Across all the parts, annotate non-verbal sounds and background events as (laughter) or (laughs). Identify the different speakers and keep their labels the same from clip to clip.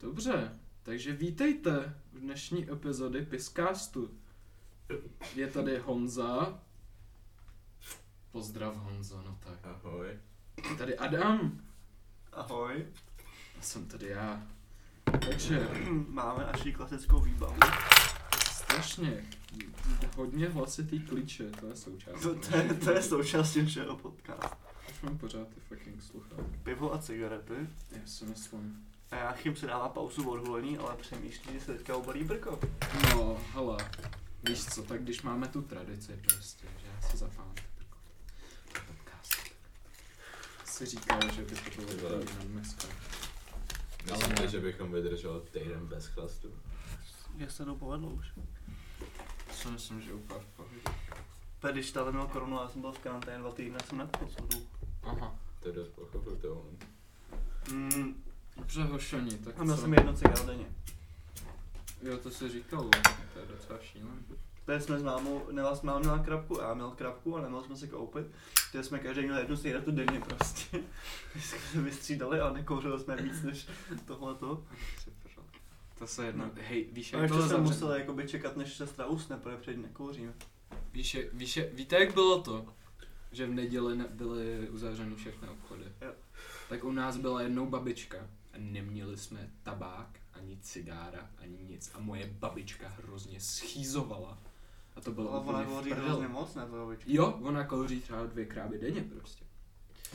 Speaker 1: Dobře, takže vítejte v dnešní epizody Piscastu. Je tady Honza. Pozdrav Honzo, no tak.
Speaker 2: Ahoj.
Speaker 1: Je tady Adam.
Speaker 3: Ahoj. (clears throat)
Speaker 1: A jsem tady já. Takže
Speaker 3: Máme naši klasickou výbavu.
Speaker 1: strašně hodně hlasitý kliče, to je součást.
Speaker 3: To, to, je, to je součástí našeho podcastu.
Speaker 1: Už mám pořád ty fucking sluchátka.
Speaker 3: Pivo a cigarety.
Speaker 1: Já si myslím.
Speaker 3: A já chym si dává pauzu od hulení, ale přemýšlí, že se teďka obalí brko.
Speaker 1: No, hele, víš co, tak když máme tu tradici prostě, že já si zapamatuju takový podcast. Si říkal, že by to bylo
Speaker 2: Ty vole.
Speaker 1: dobrý na dneska.
Speaker 2: Myslím,
Speaker 1: Ale-
Speaker 2: že bychom vydrželi týden bez chlastu.
Speaker 3: Jak se to povedlo už?
Speaker 1: To si myslím, že úplně v pohodě.
Speaker 3: Tady, když tady měl koronu a já jsem byl v karanténě dva týdny, jsem nepil sodu.
Speaker 1: Aha,
Speaker 2: To je dost pochopitelné.
Speaker 3: Mm,
Speaker 1: dobře hošení, tak
Speaker 3: a měl
Speaker 1: co?
Speaker 3: jsem jedno cigaret denně.
Speaker 1: Jo, to si říkal, to je docela šílený.
Speaker 3: Tady jsme s mámou, Nela s mámou měla krabku a já měl krabku a nemohli jsme si koupit. Tady jsme každý měl jednu cigaretu denně prostě. (laughs) My jsme se vystřídali a nekouřili jsme víc než tohleto.
Speaker 1: To se jedno,
Speaker 3: No.
Speaker 1: hej, víš,
Speaker 3: A
Speaker 1: jak
Speaker 3: ještě
Speaker 1: bylo
Speaker 3: jsem
Speaker 1: zavřený?
Speaker 3: musel jakoby čekat, než sestra usne, protože před nekouříme.
Speaker 1: Víš, jak- víš, jak- víte, jak bylo to? Že v neděli ne- byly uzavřeny všechny obchody.
Speaker 3: Jo.
Speaker 1: Tak u nás byla jednou babička a neměli jsme tabák, ani cigára, ani nic. A moje babička hrozně schýzovala. A to bylo
Speaker 3: Ale ona
Speaker 1: úplně v
Speaker 3: hovoří
Speaker 1: prdeli.
Speaker 3: hrozně moc, ne to babička?
Speaker 1: Jo, ona kouří třeba dvě krávy denně prostě.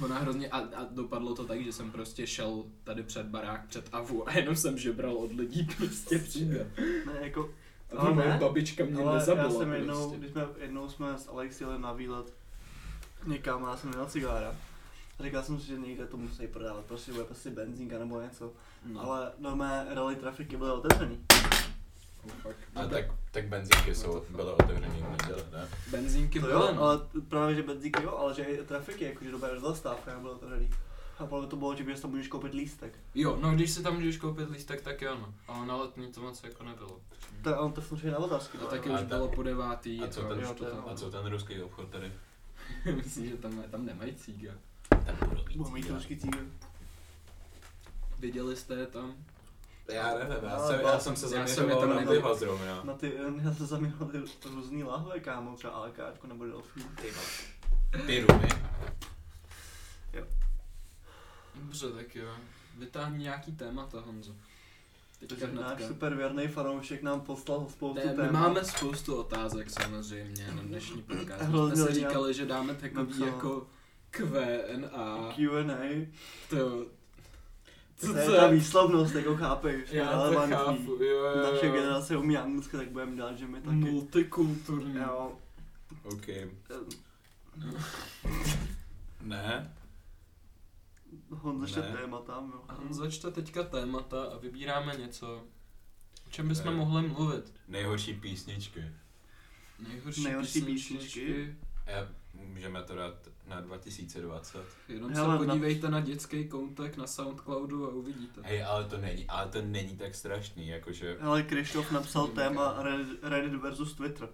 Speaker 1: Ona hrozně, a, a dopadlo to tak, že jsem prostě šel tady před barák, před Avu a jenom jsem žebral od lidí prostě přijde.
Speaker 3: Ne, jako,
Speaker 1: A
Speaker 3: Ale
Speaker 1: moje
Speaker 3: ne,
Speaker 1: babička mě
Speaker 3: ale já
Speaker 1: nezabila
Speaker 3: jsem jednou,
Speaker 1: prostě.
Speaker 3: když jsme, jednou jsme s Alex jeli na výlet někam a já jsem měl cigára. A Říkal jsem si, že někde to musí prodávat, prostě bude prostě benzínka nebo něco.
Speaker 1: No, ale...
Speaker 3: Ale no mé rally trafiky byly otevřený.
Speaker 1: oh,
Speaker 2: A tak, No tak No benzínky jsou, byly otevřený v neděli, ne?
Speaker 1: Benzínky
Speaker 3: To
Speaker 1: byly,
Speaker 3: jo,
Speaker 1: no.
Speaker 3: ale právě že benzínky jo, ale že i trafiky, jakože dobrá zastávka nebyla otevřený. A podle to bylo, že bys tam můžeš koupit lístek.
Speaker 1: Jo, no když si tam můžeš koupit lístek, tak jo, no. Ale na letní to moc jako nebylo.
Speaker 3: To, ale to samozřejmě na
Speaker 1: A
Speaker 3: otázky. bylo,
Speaker 1: taky
Speaker 3: no.
Speaker 1: už
Speaker 2: ta-
Speaker 1: bylo po devátý.
Speaker 2: a co ten-
Speaker 1: už
Speaker 3: jo, to je
Speaker 1: tam-
Speaker 2: A co ten ruský obchod tady?
Speaker 1: (laughs) Myslím, že tam, tam nemají cíga.
Speaker 2: Tam budou mít
Speaker 3: Budou mít
Speaker 2: cíle.
Speaker 3: trošky cíl.
Speaker 1: Viděli jste je tam?
Speaker 2: Já nevím, já
Speaker 3: Ale
Speaker 2: jsem,
Speaker 3: bal-
Speaker 2: já jsem se
Speaker 1: já jsem je
Speaker 2: zaměřoval
Speaker 1: tam
Speaker 2: na
Speaker 1: nebyl.
Speaker 2: piva zrovna.
Speaker 3: Na ty, já se zaměřil ty různý lahve, kámo, třeba alkáčko nebo delfín.
Speaker 2: Ty vole. Ty rumy.
Speaker 1: Dobře, tak jo. Vytáhni nějaký témata, Honzo. Teďka
Speaker 3: Takže náš
Speaker 1: hnedka.
Speaker 3: super věrný fanoušek nám poslal spoustu
Speaker 1: Ne, my
Speaker 3: témat.
Speaker 1: máme spoustu otázek samozřejmě na dnešní podcast. My
Speaker 3: Hrozně
Speaker 1: jsme si
Speaker 3: lidem
Speaker 1: říkali, že dáme takový
Speaker 3: napsalo.
Speaker 1: jako Q&A.
Speaker 3: Q&A.
Speaker 1: To,
Speaker 3: To je ta výslovnost, jako chápeš, je
Speaker 1: Já to
Speaker 3: relevantní.
Speaker 1: chápu, jo, jo,
Speaker 3: Naše
Speaker 1: jo.
Speaker 3: generace umí anglicky, tak budeme dělat, že my taky.
Speaker 1: Multikulturní.
Speaker 3: Jo.
Speaker 2: OK.
Speaker 3: ehm,
Speaker 2: Ne?
Speaker 3: Honza ještě
Speaker 2: Ne.
Speaker 3: témata, jo.
Speaker 1: On začte teďka témata a vybíráme něco, o čem bychom
Speaker 3: Eh,
Speaker 2: Ne.
Speaker 1: mohli mluvit.
Speaker 2: Nejhorší písničky.
Speaker 1: Nejhorší,
Speaker 3: Nejhorší
Speaker 1: písničky.
Speaker 2: Já, můžeme to dát na 2020.
Speaker 1: Jenom
Speaker 3: Hele,
Speaker 1: se
Speaker 3: na-
Speaker 1: podívejte na dětský kontakt na Soundcloudu a uvidíte.
Speaker 2: Hej, ale to není, ale to není tak strašný, jakože
Speaker 3: Hele, Krištof napsal
Speaker 1: Hm.
Speaker 3: téma Reddit- Reddit versus Twitter.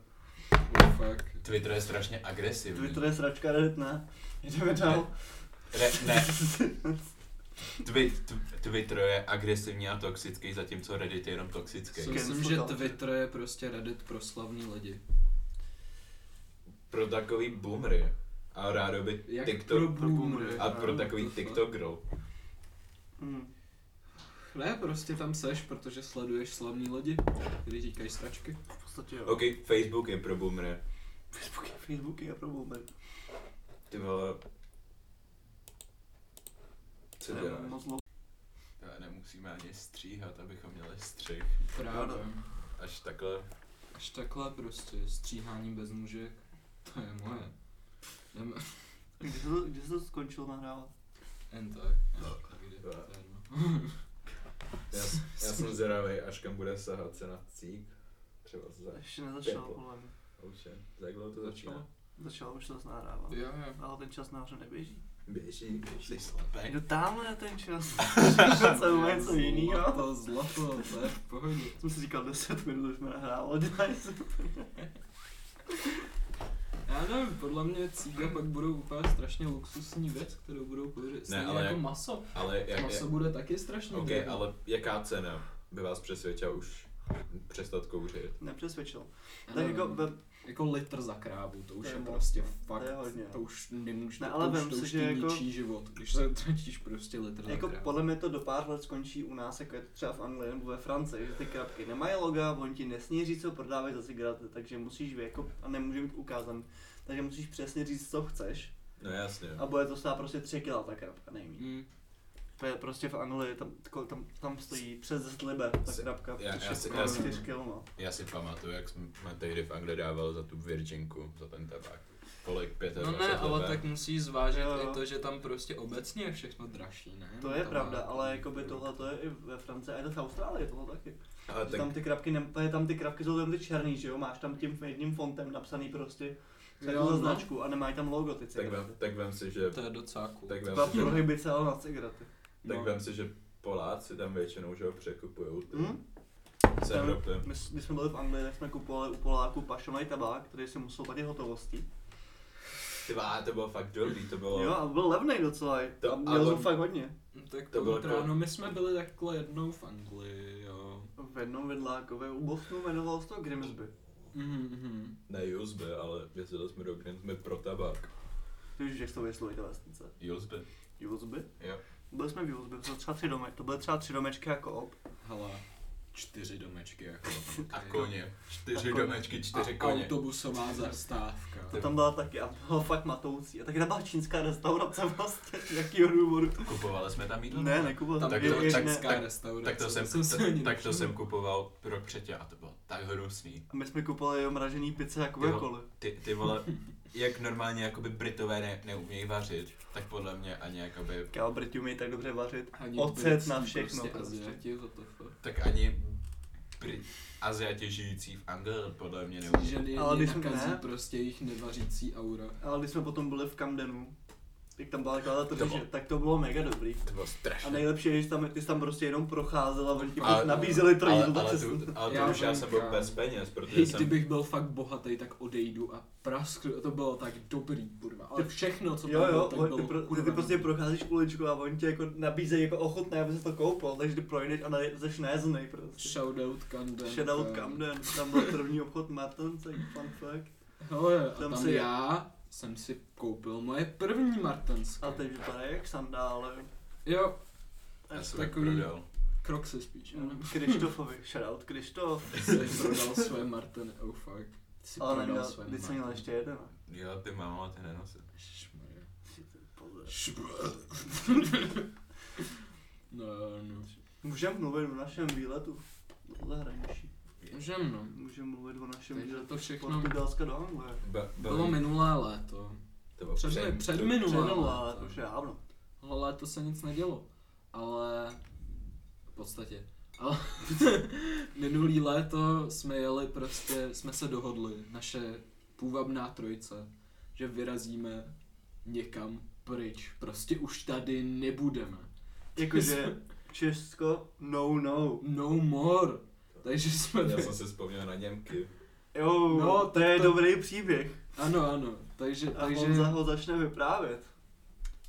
Speaker 1: Oh, fuck.
Speaker 2: Twitter je strašně agresivní.
Speaker 3: Twitter je sračka, Reddit ne. Jdeme dál.
Speaker 2: Re, ne, Twi- tw- Twitter je agresivní a toxický, zatímco Reddit je jenom toxický.
Speaker 1: Si myslím,
Speaker 3: Cancel
Speaker 1: že
Speaker 3: culture.
Speaker 1: Twitter je prostě Reddit pro slavný lidi.
Speaker 2: Pro takový boomery a rádo by
Speaker 1: Jak
Speaker 2: TikTok
Speaker 1: pro
Speaker 3: pro
Speaker 1: boomery.
Speaker 3: boomery.
Speaker 2: a pro takový
Speaker 1: to-
Speaker 2: TikTokerů.
Speaker 3: Hm.
Speaker 1: Ne, prostě tam seš, protože sleduješ slavný lidi, který říkají sračky.
Speaker 3: V podstatě jo.
Speaker 2: OK, Facebook je pro boomery.
Speaker 3: Facebook je, Facebook je pro boomer.
Speaker 2: Ty vole. Co
Speaker 3: To je
Speaker 2: děláš?
Speaker 3: Moc lo-
Speaker 2: Já nemusíme ani stříhat, abychom měli střih.
Speaker 1: Právě.
Speaker 2: Až takhle.
Speaker 1: Až takhle prostě, stříhání bez nůžek, to je moje. Jdeme.
Speaker 3: Kdy se to, kdy se to skončilo nahrávat?
Speaker 1: Jen tak. Jen tak jde, to je jedno.
Speaker 2: Já, já jsem zvědavý, až kam bude sahat se na cík. Třeba za...
Speaker 3: Ještě nezačalo,
Speaker 2: Pěklo.
Speaker 3: podle mě.
Speaker 2: Už je. Za jak dlouho to začíná?
Speaker 3: Začalo už to nahrávat.
Speaker 1: Jo, (laughs) jo.
Speaker 3: Ale ten čas nahoře neběží.
Speaker 2: Běží, běží. Slepek.
Speaker 3: Jdu tamhle na ten čas. (laughs) Přišel jsem na něco
Speaker 1: Zlato,
Speaker 3: jiného.
Speaker 1: zlato, to je v pohodě.
Speaker 3: (laughs) Jsem si říkal 10 minut, už jsme nahrávali, dělají se.
Speaker 1: Já nevím, podle mě cíga pak budou úplně strašně luxusní věc, kterou budou kouřit. Stejně
Speaker 2: ale
Speaker 1: jako
Speaker 2: jak-
Speaker 1: maso.
Speaker 2: Ale jak,
Speaker 1: Maso bude taky strašně
Speaker 2: OK,
Speaker 1: drahý.
Speaker 2: ale jaká cena by vás přesvědčila už přestat kouřit?
Speaker 3: Nepřesvědčil.
Speaker 1: Já
Speaker 3: Tak
Speaker 1: nevím,
Speaker 3: jako ve,
Speaker 1: jako litr za krávu, to už
Speaker 3: To
Speaker 1: je,
Speaker 3: je moc,
Speaker 1: prostě
Speaker 3: no.
Speaker 1: fakt,
Speaker 3: To je hodně.
Speaker 1: to už nemůžeš,
Speaker 3: Ne,
Speaker 1: to,
Speaker 3: ale
Speaker 1: to už,
Speaker 3: vem
Speaker 1: to
Speaker 3: si,
Speaker 1: už
Speaker 3: že
Speaker 1: ti
Speaker 3: jako-
Speaker 1: ničí život, když se tratíš prostě litr
Speaker 3: Jako
Speaker 1: za krávu.
Speaker 3: podle mě to do pár let skončí u nás, jako je to třeba v Anglii nebo ve Francii, že ty krabky nemají loga, on ti nesmí říct, co prodávají za cigarety, takže musíš vě- jako, a nemůže být ukázan. Takže musíš přesně říct, co chceš.
Speaker 2: No jasně.
Speaker 3: A bude to stát prostě 3 kg ta krabka nejméně.
Speaker 1: Mm.
Speaker 3: To je prostě v Anglii, tam, ko- tam, tam stojí přes 10 liber ta
Speaker 2: Si-
Speaker 3: krabka,
Speaker 2: já-
Speaker 3: což
Speaker 2: já
Speaker 3: je
Speaker 2: si-
Speaker 3: skoro
Speaker 2: já si-
Speaker 3: 4 kg. No.
Speaker 2: Já si pamatuju, jak jsme tehdy v Anglii dávali za tu virginku, za ten tabák. Kolik? 25
Speaker 1: No ne, ale tak musí zvážit
Speaker 3: Jo, jo.
Speaker 1: i to, že tam prostě obecně je všechno dražší, ne?
Speaker 3: To
Speaker 1: No,
Speaker 3: je
Speaker 1: tam
Speaker 3: pravda,
Speaker 1: má-
Speaker 3: ale jako by tohle to je i ve Francii, a je to v Austrálii, tohle taky.
Speaker 2: Ale
Speaker 3: Že
Speaker 2: tak,
Speaker 3: Tam ty krabky, ne, to je tam ty krabky jsou tam ty černý, že jo? Máš tam tím jedním fontem napsaný prostě
Speaker 1: Jo,
Speaker 3: takovou
Speaker 1: no.
Speaker 3: no. značku a nemají tam logo ty
Speaker 2: tak,
Speaker 3: cigarety.
Speaker 2: vem, tak vem si, že...
Speaker 1: To je docela cool.
Speaker 2: Tak
Speaker 3: Dva
Speaker 2: vem si, že,
Speaker 3: prohybice, ale na cigarety.
Speaker 2: tak
Speaker 1: No.
Speaker 2: vem si, že Poláci tam většinou, že ho překupují ty
Speaker 3: Hm?
Speaker 2: z
Speaker 3: Tam-
Speaker 2: Evropy.
Speaker 3: My, s- když jsme byli v Anglii, tak jsme kupovali u Poláků pašovaný tabák, který si musel platit hotovostí.
Speaker 2: Ty vá, to bylo fakt dobrý, to bylo...
Speaker 3: Jo, a byl levný docela.
Speaker 2: To-
Speaker 3: To, a
Speaker 2: ale-
Speaker 3: měl jsem fakt hodně.
Speaker 1: No, tak
Speaker 2: To
Speaker 1: to
Speaker 2: bylo
Speaker 1: bylo
Speaker 2: jako-
Speaker 1: no my jsme byli takhle jednou v Anglii, jo.
Speaker 3: V jednom vedlákově u Bosnu jmenoval se to Grimsby.
Speaker 1: Mhm, mhm.
Speaker 2: Ne USB, ale jezdili jsme do Grimsby pro tabák.
Speaker 3: Ty víš, jak se to vysloví ta vesnice.
Speaker 2: USB.
Speaker 3: Usby?
Speaker 2: Jo.
Speaker 3: Byli jsme v Usby, to bylo třeba tři dome, to byly třeba tři domečky jako op.
Speaker 1: Hele, čtyři domečky jako.
Speaker 2: A
Speaker 1: ok.
Speaker 2: koně.
Speaker 3: A
Speaker 2: Čtyři
Speaker 3: koně.
Speaker 2: domečky, čtyři
Speaker 1: a
Speaker 2: koně.
Speaker 1: autobusová zastávka.
Speaker 3: To tam byla taky a bylo fakt matoucí. A taky tam byla čínská restaurace vlastně, z jakýho důvodu.
Speaker 2: Kupovali jsme tam jídlo?
Speaker 3: Ne, nekupoval
Speaker 1: Tam
Speaker 3: jsem.
Speaker 2: Tak
Speaker 1: byla
Speaker 2: to- tak-
Speaker 1: čínská
Speaker 2: tak-
Speaker 1: restaurace.
Speaker 2: Tak to jsem,
Speaker 1: si
Speaker 2: tak-
Speaker 1: ani
Speaker 2: tak to
Speaker 1: nevšiml.
Speaker 2: jsem kupoval pro křetě a to bylo tak hnusný.
Speaker 3: A my jsme kupovali jo mražený pice jako
Speaker 2: Jo.
Speaker 3: ve kole.
Speaker 2: Ty, ty (laughs) vole, jak normálně jakoby Britové ne, neumějí vařit, tak podle mě ani jakoby,
Speaker 3: Kámo, Briti umějí tak dobře vařit.
Speaker 1: Ani
Speaker 3: Ocet
Speaker 1: britský
Speaker 3: na všechno prostě.
Speaker 1: Aziati, what the fuck.
Speaker 2: tak ani Brit, Aziati žijící v Anglii podle mě neumějí.
Speaker 1: Ženy je
Speaker 3: Ale když jsme-
Speaker 1: nakazí
Speaker 3: ne.
Speaker 1: prostě jejich nevařící aura.
Speaker 3: Ale když jsme potom byli v Camdenu, tak tam byla taková ta
Speaker 2: To
Speaker 3: tržiže,
Speaker 2: bylo-
Speaker 3: tak to bylo mega dobrý.
Speaker 2: To bylo
Speaker 3: A
Speaker 2: strašné.
Speaker 3: nejlepší je, že tam, ty jsi tam prostě jenom procházel a oni ti
Speaker 2: Ale-
Speaker 3: prostě nabízeli
Speaker 2: Ale, ale,
Speaker 3: trojídlo a cestu.
Speaker 2: tu, ale
Speaker 1: Já
Speaker 2: to už já
Speaker 1: jsem
Speaker 2: jsem byl
Speaker 1: král.
Speaker 2: bez peněz,
Speaker 1: Hej,
Speaker 2: protože jsem...
Speaker 1: kdybych byl fakt bohatý, tak odejdu a prasknu, to bylo tak dobrý, kurva. Ale všechno, co tam
Speaker 3: Jo,
Speaker 1: bylo,
Speaker 3: jo,
Speaker 1: tak
Speaker 3: oni-
Speaker 1: bylo,
Speaker 3: ty, pro, ty,
Speaker 1: kurva, no.
Speaker 3: ty prostě
Speaker 1: dobrý.
Speaker 3: procházíš uličku a oni ti jako nabízejí jako ochotné, aby se to koupil, takže ty projdeš a naj- seš nejeznej prostě.
Speaker 1: Shoutout Camden.
Speaker 3: Shoutout Camden, tam byl první obchod Martens, tak fun fact.
Speaker 1: Hele, a
Speaker 3: Tam
Speaker 1: tam
Speaker 3: si-
Speaker 1: já jsem si koupil moje první Martenské.
Speaker 3: A teď vypadá jak sandále.
Speaker 1: Jo,
Speaker 2: Já jsem
Speaker 1: takový-
Speaker 2: takový... prodal.
Speaker 1: Kroxy spíš, ano.
Speaker 3: Krištofovi, shoutout Krištof.
Speaker 1: Jsi prodal své Marteny, oh fuck. Ty jsi
Speaker 3: Ale
Speaker 1: prodal
Speaker 3: neměl,
Speaker 1: své
Speaker 3: teď jsem měl ještě jeden. a-
Speaker 2: Jo, ty máma, ty nenosil.
Speaker 1: Ježišmarja.
Speaker 3: Pozor. (laughs)
Speaker 1: No, no.
Speaker 3: Můžeme mluvit o našem výletu do zahraničí.
Speaker 1: Můžem, no.
Speaker 3: Můžeme mluvit o našem
Speaker 1: Takže
Speaker 3: výletu
Speaker 1: to
Speaker 3: z
Speaker 1: všechno-
Speaker 3: Portugalska do Anglie.
Speaker 2: Ba- ba-
Speaker 1: Bylo minulé léto.
Speaker 2: to bylo
Speaker 1: před-
Speaker 2: před-
Speaker 1: předminulé. Minulé
Speaker 3: Přednulé, ale
Speaker 1: léto.
Speaker 3: to už je dávno.
Speaker 1: Ale léto se nic nedělo. Ale... V podstatě. Ale (laughs) minulý léto jsme jeli prostě, jsme se dohodli, naše půvabná trojice, že vyrazíme někam pryč. Prostě už tady nebudeme.
Speaker 3: Jakože Česko, no no.
Speaker 1: No more. Takže jsme...
Speaker 2: Já jsem si vzpomněl na Němky.
Speaker 3: Jo,
Speaker 1: No,
Speaker 3: no, to je
Speaker 1: tak to-
Speaker 3: dobrý příběh.
Speaker 1: Ano, ano. Takže,
Speaker 3: A
Speaker 1: takže...
Speaker 3: Honza ho začne vyprávět.